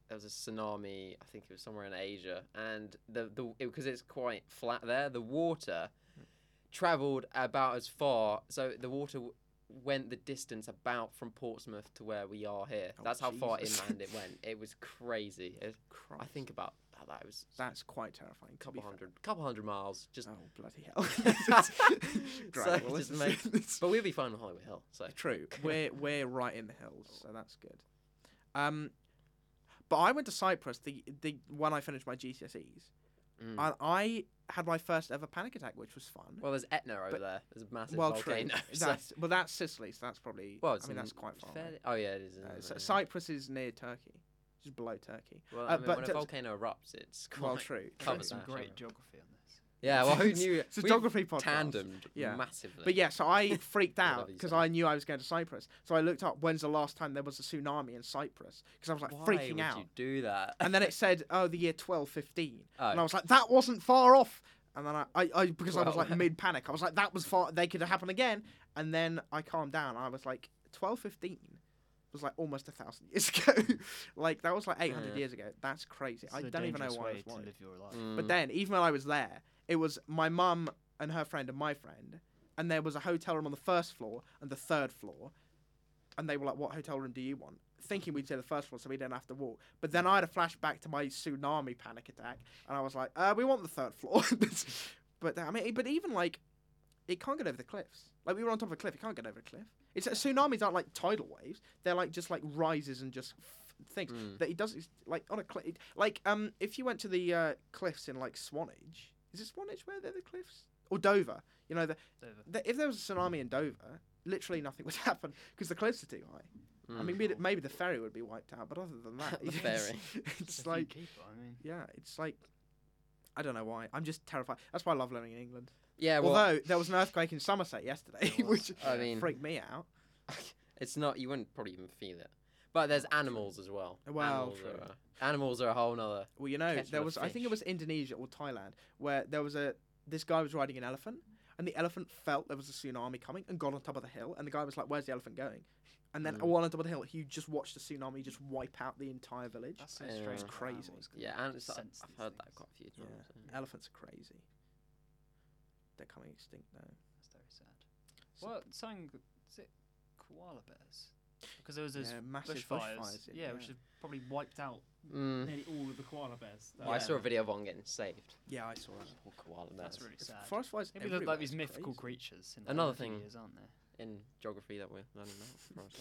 Speaker 2: there was a tsunami. I think it was somewhere in Asia, and the the because it's quite flat there, the water travelled about as far. So the water w- went the distance about from Portsmouth to where we are here.
Speaker 1: Oh,
Speaker 2: That's how far
Speaker 1: Jesus.
Speaker 2: inland it went. It was crazy. It- I
Speaker 1: Christ.
Speaker 2: think about that. That was
Speaker 1: that's quite terrifying. To
Speaker 2: a
Speaker 1: be
Speaker 2: couple
Speaker 1: fair.
Speaker 2: hundred, couple hundred miles. Just
Speaker 1: Oh bloody
Speaker 2: [LAUGHS]
Speaker 1: hell! [LAUGHS]
Speaker 2: so
Speaker 1: Dragon Ball,
Speaker 2: just
Speaker 1: isn't [LAUGHS]
Speaker 2: make-
Speaker 1: it?
Speaker 2: but we'll be fine on Hollywood Hill. So
Speaker 1: True.
Speaker 2: [LAUGHS]
Speaker 1: We're we're right in the hills, so that's good. Um, but I went to Cyprus the the when I finished my GCSEs,
Speaker 2: Mm.
Speaker 1: and I had my first ever panic attack, which was fun.
Speaker 2: well, there's Etna over
Speaker 1: But-
Speaker 2: there. There's a massive
Speaker 1: well, true.
Speaker 2: volcano. [LAUGHS] so-
Speaker 1: That's, well, that's Sicily, so that's probably.
Speaker 2: Well,
Speaker 1: I
Speaker 2: it's
Speaker 1: mean, that's
Speaker 2: in
Speaker 1: quite far. away.
Speaker 2: fairly- oh yeah, it is. isn't
Speaker 1: Uh,
Speaker 2: it?
Speaker 1: so
Speaker 2: Yeah.
Speaker 1: Cyprus is near Turkey, just below Turkey.
Speaker 2: Well,
Speaker 1: uh,
Speaker 2: I mean,
Speaker 1: but
Speaker 2: when a
Speaker 1: does-
Speaker 2: volcano erupts, it's quite.
Speaker 1: Well, true.
Speaker 3: I
Speaker 1: true.
Speaker 3: did
Speaker 2: covers
Speaker 3: some
Speaker 2: that,
Speaker 3: great
Speaker 2: haven't I?
Speaker 3: geography on this.
Speaker 2: yeah. Well, who
Speaker 1: It's-
Speaker 2: knew?
Speaker 1: It's a
Speaker 2: we've
Speaker 1: geography podcast.
Speaker 2: Tandemed
Speaker 1: Yeah.
Speaker 2: massively.
Speaker 1: But yeah, so
Speaker 2: [LAUGHS]
Speaker 1: I freaked
Speaker 2: Whatever
Speaker 1: out
Speaker 2: you
Speaker 1: because
Speaker 2: say.
Speaker 1: I knew I was going to Cyprus. So I looked up when's the last time there was a tsunami in Cyprus because I was like
Speaker 2: Why
Speaker 1: freaking
Speaker 2: would
Speaker 1: out.
Speaker 2: you do that?
Speaker 1: [LAUGHS] And then it said, oh, the year 1215. And I
Speaker 2: Oh.
Speaker 1: was like, that wasn't far off. And then I, I, I because I was
Speaker 2: Well-
Speaker 1: like mid panic, I was like, that was far, they could happen again. And then I calmed down. I was like, 1215. was like almost a thousand [LAUGHS] years ago. like that was like 800
Speaker 2: Yeah.
Speaker 1: years ago. That's crazy.
Speaker 3: This
Speaker 1: I
Speaker 3: is a
Speaker 1: don't even know
Speaker 3: dangerous
Speaker 1: why I
Speaker 3: way
Speaker 1: was
Speaker 3: to
Speaker 1: worried.
Speaker 3: live your life.
Speaker 2: Mm. [LAUGHS]
Speaker 1: But then, even when I was there, it was my mum and her friend and my friend, and there was a hotel room on the first floor and the third floor, and they were like, "What hotel room do you want?" Thinking we'd say the first floor, so we didn't have to walk. But then I had a flashback to my tsunami panic attack, and I was like, uh, "We want the third floor." [LAUGHS] but I mean, but even like, it can't get over the cliffs. Like we were on top of a cliff, it can't get over a cliff. It's tsunamis aren't like tidal waves; they're like just like rises and just f- things
Speaker 2: Mm.
Speaker 1: that he does is like on a cliff. Like um, if you went to the uh, cliffs in like Swanage, is it Swanage where they're the cliffs or Dover? You know, the,
Speaker 3: It's over.
Speaker 1: the, if there was a tsunami in Dover, literally nothing [LAUGHS] would happen because the cliffs are too high. I
Speaker 2: Mm.
Speaker 1: mean, maybe, maybe the ferry would be wiped out, but other than that,
Speaker 2: [LAUGHS] The
Speaker 1: it's-
Speaker 2: ferry.
Speaker 1: [LAUGHS] it's
Speaker 3: If you
Speaker 1: like
Speaker 3: keep it, I mean,
Speaker 1: yeah, it's like. I don't know why. I'm just terrified. That's why I love living in England.
Speaker 2: yeah, well,
Speaker 1: Although there was an earthquake in Somerset yesterday, [LAUGHS]
Speaker 3: There was.
Speaker 1: which
Speaker 2: I mean,
Speaker 1: freaked me out.
Speaker 2: it's not. You wouldn't probably even feel it. But there's animals as well.
Speaker 1: Well,
Speaker 2: animals,
Speaker 1: true.
Speaker 2: Are, a- animals are a whole nother.
Speaker 1: Well, you know,
Speaker 2: catch
Speaker 1: there
Speaker 2: with a
Speaker 1: was I think it
Speaker 2: fish.
Speaker 1: was Indonesia or Thailand where there was a this guy was riding an elephant and the elephant felt there was a tsunami coming and got on top of the hill and the guy was like, "Where's the elephant going?" And then
Speaker 2: Mm.
Speaker 1: all on top of the hill, he just watched the tsunami just wipe out the entire village.
Speaker 3: that's so
Speaker 2: Yeah.
Speaker 3: strange.
Speaker 2: It's
Speaker 3: how
Speaker 1: crazy.
Speaker 3: animals can
Speaker 2: Yeah, and it's, I've
Speaker 3: sense these
Speaker 2: heard that
Speaker 3: things.
Speaker 2: quite a few times. yeah.
Speaker 1: Elephants are crazy. They're coming extinct now.
Speaker 3: That's very sad.
Speaker 1: So-
Speaker 3: Well, something. Is it koala bears? Because there was those
Speaker 1: Yeah, massive
Speaker 3: bushfires.
Speaker 1: bushfires,
Speaker 3: yeah,
Speaker 1: yeah.
Speaker 3: which have probably wiped out
Speaker 2: Mm.
Speaker 3: nearly all of the koala bears. that
Speaker 2: I
Speaker 3: are
Speaker 2: saw a
Speaker 3: there.
Speaker 2: video of one getting saved.
Speaker 1: Yeah, I saw that.
Speaker 2: Poor koala
Speaker 3: That's
Speaker 2: bears.
Speaker 3: really
Speaker 1: It's-
Speaker 3: sad.
Speaker 1: Forest fires.
Speaker 3: Maybe they're
Speaker 1: everywhere,
Speaker 3: like these
Speaker 1: it's
Speaker 3: mythical
Speaker 1: crazy.
Speaker 3: creatures. In
Speaker 2: Another
Speaker 3: other
Speaker 2: thing-
Speaker 3: years, aren't they?
Speaker 2: in geography that we're learning
Speaker 1: [LAUGHS]
Speaker 2: now. probably.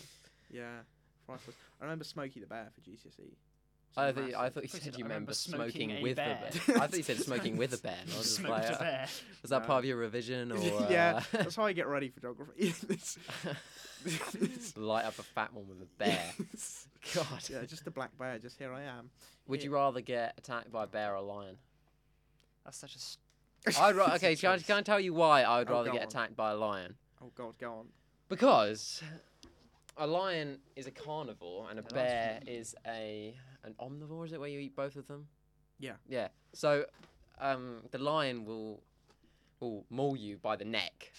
Speaker 1: Yeah, forest fires. I remember Smokey the Bear for GCSE. It's
Speaker 2: I thought, you- I
Speaker 1: E. [LAUGHS] massive.
Speaker 2: thought you
Speaker 3: Who
Speaker 2: said
Speaker 3: said, "I
Speaker 2: you remember
Speaker 3: remember smoking
Speaker 2: smoking
Speaker 3: a
Speaker 2: with
Speaker 3: bear."
Speaker 2: the bear. I thought you said smoking with a bear. and I was just
Speaker 3: Smoked
Speaker 2: like,
Speaker 3: a
Speaker 2: uh,
Speaker 3: bear.
Speaker 2: was that
Speaker 1: No.
Speaker 2: part of
Speaker 1: [LAUGHS]
Speaker 2: your revision or?
Speaker 1: yeah,
Speaker 2: uh,
Speaker 1: that's how I get ready for geography. [LAUGHS] It's-
Speaker 2: [LAUGHS] light up a fat one with a
Speaker 1: [LAUGHS]
Speaker 2: bear. God.
Speaker 1: yeah, just a black bear. Just here I am.
Speaker 2: Would you rather get attacked by a bear or a lion?
Speaker 3: That's such a. St-
Speaker 2: I'd ra-
Speaker 1: It's a [LAUGHS]
Speaker 2: okay. Can I,
Speaker 1: choice.
Speaker 2: can I tell you why I would
Speaker 1: Oh,
Speaker 2: rather
Speaker 1: go
Speaker 2: get
Speaker 1: on.
Speaker 2: attacked by a lion?
Speaker 1: Oh God, go on.
Speaker 2: Because a lion is a carnivore and a
Speaker 3: Yeah, that's
Speaker 2: bear is a an omnivore. Is it where you eat both of them?
Speaker 1: Yeah.
Speaker 2: Yeah. So um, the lion will will maul you by the neck,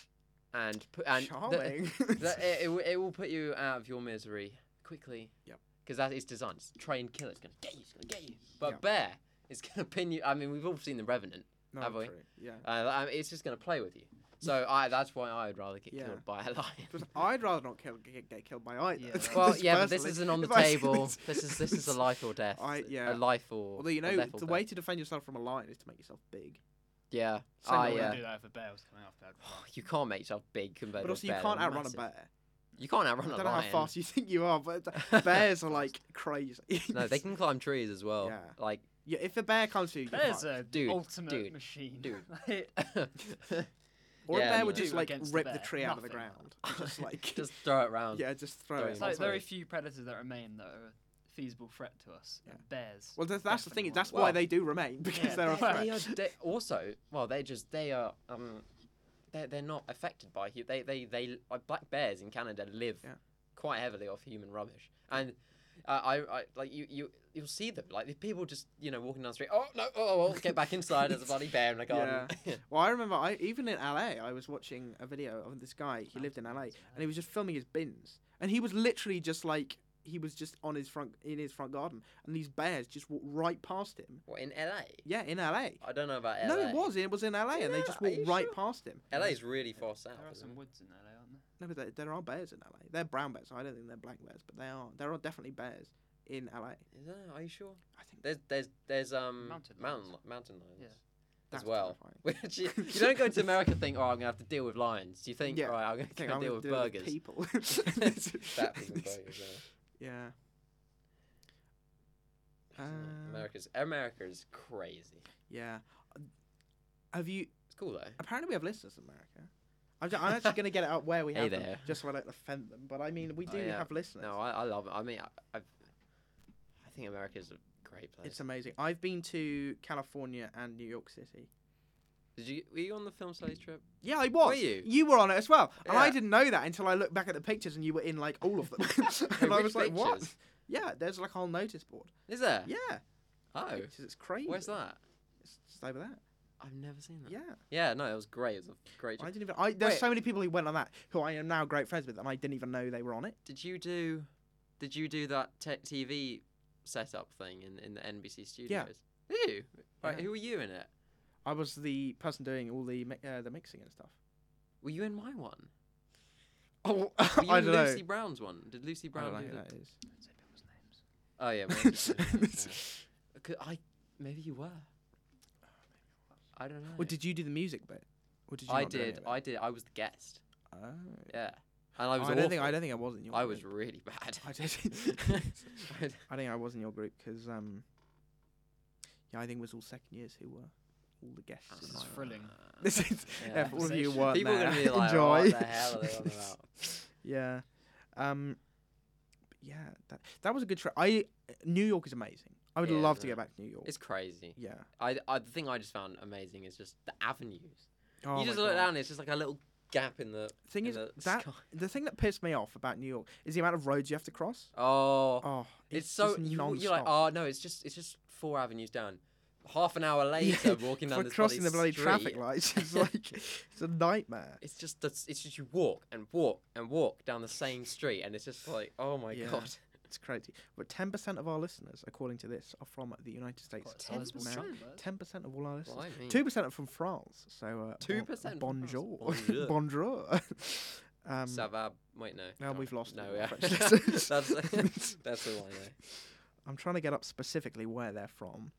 Speaker 2: and put and the- [LAUGHS]
Speaker 1: Charming.
Speaker 2: that, it, it, will- it will put you out of your misery quickly.
Speaker 1: Yep.
Speaker 2: Because that is designed. It's a trained killer. It's gonna get you. It's gonna get you. But
Speaker 1: Yep.
Speaker 2: bear is gonna [LAUGHS] pin you. I mean, we've all seen the Revenant.
Speaker 1: no,
Speaker 2: have we?
Speaker 1: true, Yeah.
Speaker 2: Uh, I mean, it's just gonna play with you. So I, that's why I would rather get
Speaker 1: Yeah.
Speaker 2: killed by
Speaker 1: [LAUGHS]
Speaker 2: a [LAUGHS] lion.
Speaker 1: Because I'd rather not kill, get, get killed by either. [LAUGHS]
Speaker 3: Yeah.
Speaker 2: Well, yeah, but this
Speaker 1: personally.
Speaker 2: isn't on the
Speaker 1: [LAUGHS] If I-
Speaker 2: table. This is this
Speaker 1: [LAUGHS]
Speaker 2: is a life or death.
Speaker 1: I- yeah.
Speaker 2: A life or.
Speaker 1: Although you
Speaker 2: or
Speaker 1: know,
Speaker 2: death or
Speaker 1: the
Speaker 2: death.
Speaker 1: way to defend yourself from a lion is to make yourself big.
Speaker 2: Yeah.
Speaker 1: Same way
Speaker 2: I,
Speaker 3: I
Speaker 1: yeah.
Speaker 3: wouldn't
Speaker 2: uh,
Speaker 3: do that if a bear was coming after. I'd run.
Speaker 2: you can't make yourself big compared
Speaker 1: But
Speaker 2: to
Speaker 1: also,
Speaker 2: a
Speaker 1: you
Speaker 2: bear.
Speaker 1: can't
Speaker 2: They're
Speaker 1: outrun a
Speaker 2: massive.
Speaker 1: bear.
Speaker 2: You can't
Speaker 1: I
Speaker 2: outrun
Speaker 1: don't
Speaker 2: a
Speaker 1: know how
Speaker 2: lion.
Speaker 1: fast you [LAUGHS] think you are,
Speaker 2: [LAUGHS]
Speaker 1: but bears are like crazy. [LAUGHS]
Speaker 2: no, they can climb trees as well.
Speaker 1: Yeah.
Speaker 2: Like. [LAUGHS]
Speaker 1: Yeah, if a bear comes to you, you're
Speaker 3: Bears
Speaker 1: fucked.
Speaker 3: are
Speaker 2: Dude,
Speaker 3: ultimate
Speaker 2: dude,
Speaker 3: machine.
Speaker 2: dude.
Speaker 3: [LAUGHS] Like,
Speaker 1: or
Speaker 2: yeah,
Speaker 1: a bear
Speaker 2: no.
Speaker 1: would just
Speaker 3: Do
Speaker 1: like
Speaker 3: against the
Speaker 1: rip the,
Speaker 3: bear,
Speaker 1: tree out of the
Speaker 3: nothing.
Speaker 1: ground.
Speaker 2: [LAUGHS]
Speaker 1: Just like
Speaker 2: just throw it
Speaker 1: [LAUGHS]
Speaker 2: round.
Speaker 1: yeah, just throw
Speaker 2: Don't
Speaker 1: it.
Speaker 3: It's like
Speaker 2: Sorry.
Speaker 3: very few predators that remain that are a feasible threat to us. and Bears.
Speaker 1: Well, that's, that's the thing.
Speaker 3: definitely
Speaker 1: is That's
Speaker 3: one.
Speaker 1: why
Speaker 2: Well-
Speaker 1: they do remain [LAUGHS] because
Speaker 3: Yeah,
Speaker 1: they're a
Speaker 3: they-
Speaker 2: They are
Speaker 1: threat.
Speaker 2: de- also well. They just they are um, they they're not affected by hu- they they they like black bears in Canada live
Speaker 1: Yeah.
Speaker 2: quite heavily off human rubbish and. Uh, I, I like you you you'll see them like the people just you know walking down the street oh no oh, oh get back inside there's a bloody bear in the garden [LAUGHS]
Speaker 1: Well, I remember I even in LA, I was watching a video of this guy. He lived in LA, and he was just filming his bins, and he was literally just like he was just on his front in his front garden, and these bears just walked right past him.
Speaker 2: what in LA
Speaker 1: Yeah, in LA.
Speaker 2: I don't know about LA
Speaker 1: No, it was it was in LA, and they
Speaker 2: Uh, Yeah,
Speaker 1: just
Speaker 2: are
Speaker 1: walked
Speaker 2: you
Speaker 1: right
Speaker 2: sure?
Speaker 1: past him.
Speaker 2: LA is really far south
Speaker 3: There are
Speaker 2: isn't
Speaker 3: some
Speaker 2: it?
Speaker 3: woods in LA, aren't there?
Speaker 1: No, but there, there are bears in LA. They're brown bears. I don't think they're black bears, but they are. There are definitely bears in LA. I
Speaker 2: Is there? are you sure
Speaker 1: think
Speaker 2: there's there's there's um
Speaker 3: Mountain
Speaker 2: mountain
Speaker 3: lions.
Speaker 2: li- mountain lions
Speaker 3: Yeah.
Speaker 1: that's
Speaker 2: as well.
Speaker 1: terrifying.
Speaker 2: [LAUGHS] Which you, you don't go to America and think, oh, I'm gonna have to deal with lions. You think,
Speaker 1: Yeah.
Speaker 2: right, I'm gonna [LAUGHS]
Speaker 1: I think
Speaker 2: go
Speaker 1: I'm
Speaker 2: deal
Speaker 1: gonna
Speaker 2: with
Speaker 1: deal with
Speaker 2: burgers.
Speaker 1: people.
Speaker 2: [LAUGHS] That was in burgers. Yeah.
Speaker 1: [LAUGHS] Yeah.
Speaker 2: Isn't it?
Speaker 1: Uh,
Speaker 2: America's America is crazy.
Speaker 1: Yeah. Have you?
Speaker 2: It's cool though.
Speaker 1: Apparently, we have listeners in America. I'm, ju- I'm actually going to get it up where we
Speaker 2: Hey
Speaker 1: have them,
Speaker 2: there.
Speaker 1: just so I don't offend them. But I mean, we
Speaker 2: Oh,
Speaker 1: do
Speaker 2: yeah.
Speaker 1: have listeners.
Speaker 2: No, I, I love it. I mean, I, I've, I think America's a great place.
Speaker 1: it's amazing. I've been to California and New York City.
Speaker 2: Did you were you on the film studies trip?
Speaker 1: Yeah, I was.
Speaker 2: Were you?
Speaker 1: You were on it as well, and I
Speaker 2: Yeah.
Speaker 1: didn't know that until I looked back at the pictures, and you were in like all
Speaker 2: [LAUGHS]
Speaker 1: of them, [LAUGHS]
Speaker 2: Hey,
Speaker 1: [LAUGHS] and I
Speaker 2: which
Speaker 1: was like, "What?"
Speaker 2: pictures?
Speaker 1: Yeah, there's like a whole notice board.
Speaker 2: Is there?
Speaker 1: Yeah,
Speaker 2: Oh,
Speaker 1: pictures. It's crazy.
Speaker 2: where's that?
Speaker 1: It's just over there.
Speaker 2: I've never seen that.
Speaker 1: Yeah.
Speaker 2: Yeah, no, it was great. It was a great.
Speaker 1: I
Speaker 2: trip.
Speaker 1: didn't even. I, there's
Speaker 2: Wait.
Speaker 1: so many people who went on that who I am now great friends with, and I didn't even know they were on it.
Speaker 2: Did you do? Did you do that te- TV setup thing in, in the NBC studios? Yeah. Did you? Right,
Speaker 1: Yeah.
Speaker 2: who were you in it?
Speaker 1: I was the person doing all the mi- uh, the mixing and stuff.
Speaker 2: Were you in my one?
Speaker 1: Oh,
Speaker 2: [LAUGHS] Were
Speaker 1: [LAUGHS]
Speaker 2: you
Speaker 1: I
Speaker 2: in
Speaker 1: don't know.
Speaker 2: Lucy Brown's one? Did Lucy
Speaker 1: I don't
Speaker 2: Brown
Speaker 1: know
Speaker 2: do
Speaker 1: who
Speaker 2: the...
Speaker 1: that is.
Speaker 3: Don't say people's names.
Speaker 2: Oh yeah, maybe,
Speaker 1: [LAUGHS]
Speaker 2: [LAUGHS] yeah, yeah. Could I maybe you were. I don't know.
Speaker 1: Or did you do the music bit? Or did you
Speaker 2: I
Speaker 1: not do any
Speaker 2: did.
Speaker 1: of it?
Speaker 2: I did. I was the guest.
Speaker 1: Oh.
Speaker 2: Yeah. And I was
Speaker 1: I don't think I
Speaker 2: awful.
Speaker 1: don't think I was in your.
Speaker 2: I
Speaker 1: group.
Speaker 2: was really bad.
Speaker 1: I [LAUGHS]
Speaker 2: [LAUGHS]
Speaker 1: did.
Speaker 2: I d-
Speaker 1: I think I was in your group because um, yeah, I think it was all second years who were all the guests.
Speaker 3: This
Speaker 1: in
Speaker 3: is
Speaker 1: my-
Speaker 3: thrilling.
Speaker 1: [LAUGHS] This is
Speaker 2: Yeah.
Speaker 1: yeah, for all of you who
Speaker 3: Conversation.
Speaker 1: weren't
Speaker 2: People are
Speaker 1: there. [LAUGHS]
Speaker 2: gonna be like,
Speaker 1: enjoy.
Speaker 2: what the hell are they on about?
Speaker 1: [LAUGHS] yeah, um, but yeah, that that was a good trip. I New York is amazing. I would
Speaker 2: Yeah,
Speaker 1: love
Speaker 2: isn't
Speaker 1: to go
Speaker 2: it?
Speaker 1: back to New York.
Speaker 2: It's crazy.
Speaker 1: yeah.
Speaker 2: I, I the thing I just found amazing is just the avenues.
Speaker 1: Oh my
Speaker 2: you just look
Speaker 1: God.
Speaker 2: down, it's just like a little gap in the
Speaker 1: Thing
Speaker 2: in
Speaker 1: is,
Speaker 2: the
Speaker 1: that
Speaker 2: sky.
Speaker 1: the thing that pissed me off about New York is the amount of roads you have to cross.
Speaker 2: Oh,
Speaker 1: Oh,
Speaker 2: it's, so
Speaker 1: just
Speaker 2: you, you're like,
Speaker 1: non-stop.
Speaker 2: oh no, it's just it's just four avenues down. Half
Speaker 1: [LAUGHS]
Speaker 2: an hour later, walking down
Speaker 1: for
Speaker 2: this
Speaker 1: crossing the bloody
Speaker 2: street,
Speaker 1: traffic lights
Speaker 2: [LAUGHS]
Speaker 1: is like it's a nightmare.
Speaker 2: It's just that's it's just you walk and walk and walk down the same street, and it's just like, oh my
Speaker 1: Yeah. [LAUGHS]
Speaker 2: god.
Speaker 1: It's crazy. But ten percent of our listeners, according to this, are from the United States.
Speaker 3: Quite a sizable
Speaker 2: America.
Speaker 3: chunk, but-
Speaker 1: Ten percent of all our listeners.
Speaker 2: Blimey.
Speaker 1: Two percent are from France. So uh, Bon-
Speaker 2: 2% Mm. from France.
Speaker 1: bonjour,
Speaker 2: Bonjour.
Speaker 1: [LAUGHS] bonjour. um,
Speaker 2: Ça va? Wait, no.
Speaker 1: now
Speaker 2: sorry.
Speaker 1: we've lost
Speaker 2: No,
Speaker 1: all [LAUGHS]
Speaker 2: yeah.
Speaker 1: our French listeners.
Speaker 2: that's [LAUGHS] that's all I know.
Speaker 1: [LAUGHS] I'm trying to get up specifically where they're from,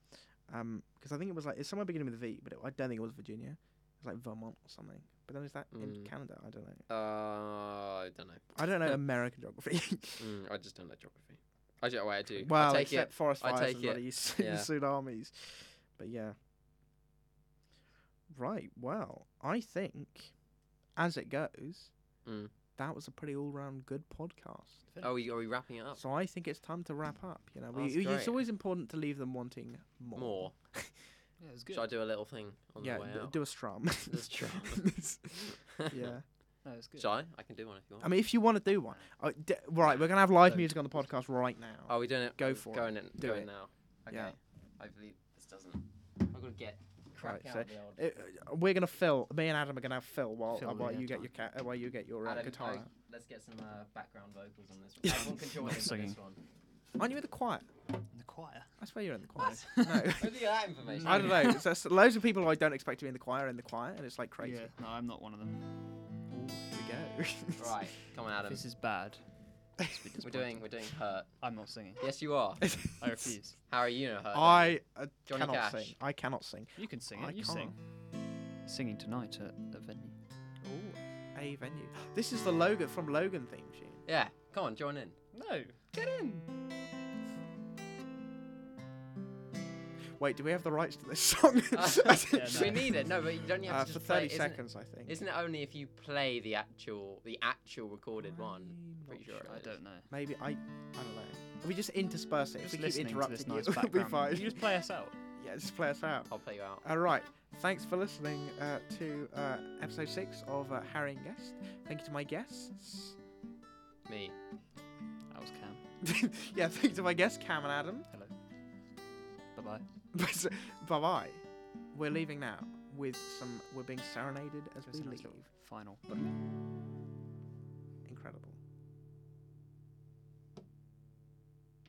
Speaker 1: because I think it was like it's somewhere beginning with a V, but it, I don't think it was Virginia. It's like Vermont or something. But then is that in
Speaker 2: Mm.
Speaker 1: Canada? I don't know.
Speaker 2: Uh, I don't know.
Speaker 1: I don't know
Speaker 2: [LAUGHS]
Speaker 1: American geography.
Speaker 2: Mm, I just don't know geography. I do. Wait, I do.
Speaker 1: [LAUGHS] Well,
Speaker 2: I take
Speaker 1: except
Speaker 2: it.
Speaker 1: forest
Speaker 2: I
Speaker 1: fires
Speaker 2: take
Speaker 1: and
Speaker 2: it.
Speaker 1: bloody s- [LAUGHS]
Speaker 2: Yeah.
Speaker 1: tsunamis. But yeah. Right. Well, I think as it goes,
Speaker 2: Mm.
Speaker 1: that was a pretty all-round good podcast.
Speaker 2: Oh, we- are we wrapping it up?
Speaker 1: So I think it's time to wrap up. You know, we,
Speaker 2: That's
Speaker 1: we- it's
Speaker 2: great.
Speaker 1: always important to leave them wanting more.
Speaker 2: More.
Speaker 3: Yeah, it was good.
Speaker 2: Should I do a little thing on
Speaker 1: yeah.
Speaker 2: the way
Speaker 1: d-
Speaker 2: out? [LAUGHS]
Speaker 1: Do a strum. [LAUGHS]
Speaker 2: Let's try. [LAUGHS]
Speaker 1: yeah.
Speaker 2: Oh.
Speaker 3: No, it was good.
Speaker 2: Should I? I can do one if you want.
Speaker 1: I mean, if you want to do one, uh, d- right? We're gonna have live
Speaker 2: Don't.
Speaker 1: music on the podcast right now.
Speaker 2: Are we doing it?
Speaker 1: Go for
Speaker 2: going it.
Speaker 1: Do
Speaker 2: going
Speaker 1: it.
Speaker 2: now. Okay.
Speaker 1: Yeah.
Speaker 2: Hopefully this doesn't. I've got to get crap
Speaker 1: Right,
Speaker 2: out
Speaker 1: so
Speaker 2: of the old.
Speaker 1: Uh, uh, we're gonna fill. Me and Adam are gonna have Phil while
Speaker 3: Fill
Speaker 1: uh,
Speaker 3: the
Speaker 1: while you
Speaker 3: guitar.
Speaker 1: get your ca- uh, while you get your uh,
Speaker 2: Adam,
Speaker 1: guitar.
Speaker 2: oh,
Speaker 1: out.
Speaker 2: let's get some uh, background vocals on this one. Everyone
Speaker 1: [LAUGHS]
Speaker 2: can join
Speaker 3: Not
Speaker 2: in for this
Speaker 3: singing.
Speaker 2: one.
Speaker 1: Aren't you in the choir?
Speaker 3: In the choir.
Speaker 1: I swear you're in the choir.
Speaker 2: Where
Speaker 1: No.
Speaker 2: [LAUGHS]
Speaker 1: [LAUGHS]
Speaker 2: did you get that information?
Speaker 1: I don't know. It's just loads of people who I don't expect to be in the choir are in the choir, and it's like crazy.
Speaker 3: Yeah, no, I'm not one of them.
Speaker 1: Here we go.
Speaker 2: Right, come on,
Speaker 3: If
Speaker 2: Adam.
Speaker 3: this is bad,
Speaker 2: We're doing we're doing hurt.
Speaker 3: I'm not singing.
Speaker 2: Yes,
Speaker 1: [LAUGHS]
Speaker 2: you are.
Speaker 3: I refuse.
Speaker 2: How are you? No hurt.
Speaker 1: I uh,
Speaker 2: Johnny
Speaker 1: cannot
Speaker 2: Cash.
Speaker 1: sing. I cannot sing.
Speaker 3: You can sing
Speaker 1: I
Speaker 3: it. You
Speaker 1: can't.
Speaker 3: sing. Singing tonight at a venue.
Speaker 1: Ooh, a venue. This is the Logan from Logan theme tune.
Speaker 2: Yeah, come on, join in.
Speaker 3: No.
Speaker 2: Get in.
Speaker 1: Wait, do we have the rights to this [LAUGHS] song?
Speaker 3: [LAUGHS] yeah,
Speaker 2: we
Speaker 3: no.
Speaker 2: need it. No, but you don't
Speaker 1: uh,
Speaker 2: have to
Speaker 1: for
Speaker 2: just play.
Speaker 1: 30
Speaker 2: it, isn't it-
Speaker 1: seconds, I think.
Speaker 2: Isn't it only if you play the actual the actual recorded one?
Speaker 1: I'm
Speaker 2: Pretty
Speaker 1: not
Speaker 2: sure.
Speaker 3: I
Speaker 2: it is.
Speaker 3: don't know.
Speaker 1: Maybe I. I don't know. We just intersperse it. If
Speaker 3: Just
Speaker 1: we keep
Speaker 3: listening to
Speaker 1: interrupting
Speaker 3: this nice
Speaker 1: you, [LAUGHS] it'll be
Speaker 3: background.
Speaker 1: fine.
Speaker 3: You just play us out.
Speaker 1: Yeah, just play us out.
Speaker 2: I'll play you out.
Speaker 1: All right. Thanks for listening uh, to uh, episode six of uh, Harry and Guest. Thank you to my guests. [LAUGHS]
Speaker 2: Me.
Speaker 3: That was Cam.
Speaker 1: yeah, thank you to my guests, Cam and Adam. [LAUGHS]
Speaker 3: Hello. Bye bye.
Speaker 1: bye bye. We're leaving now with some. We're being serenaded as
Speaker 3: Give us
Speaker 1: we
Speaker 3: a nice
Speaker 1: leave.
Speaker 3: little final.
Speaker 1: But-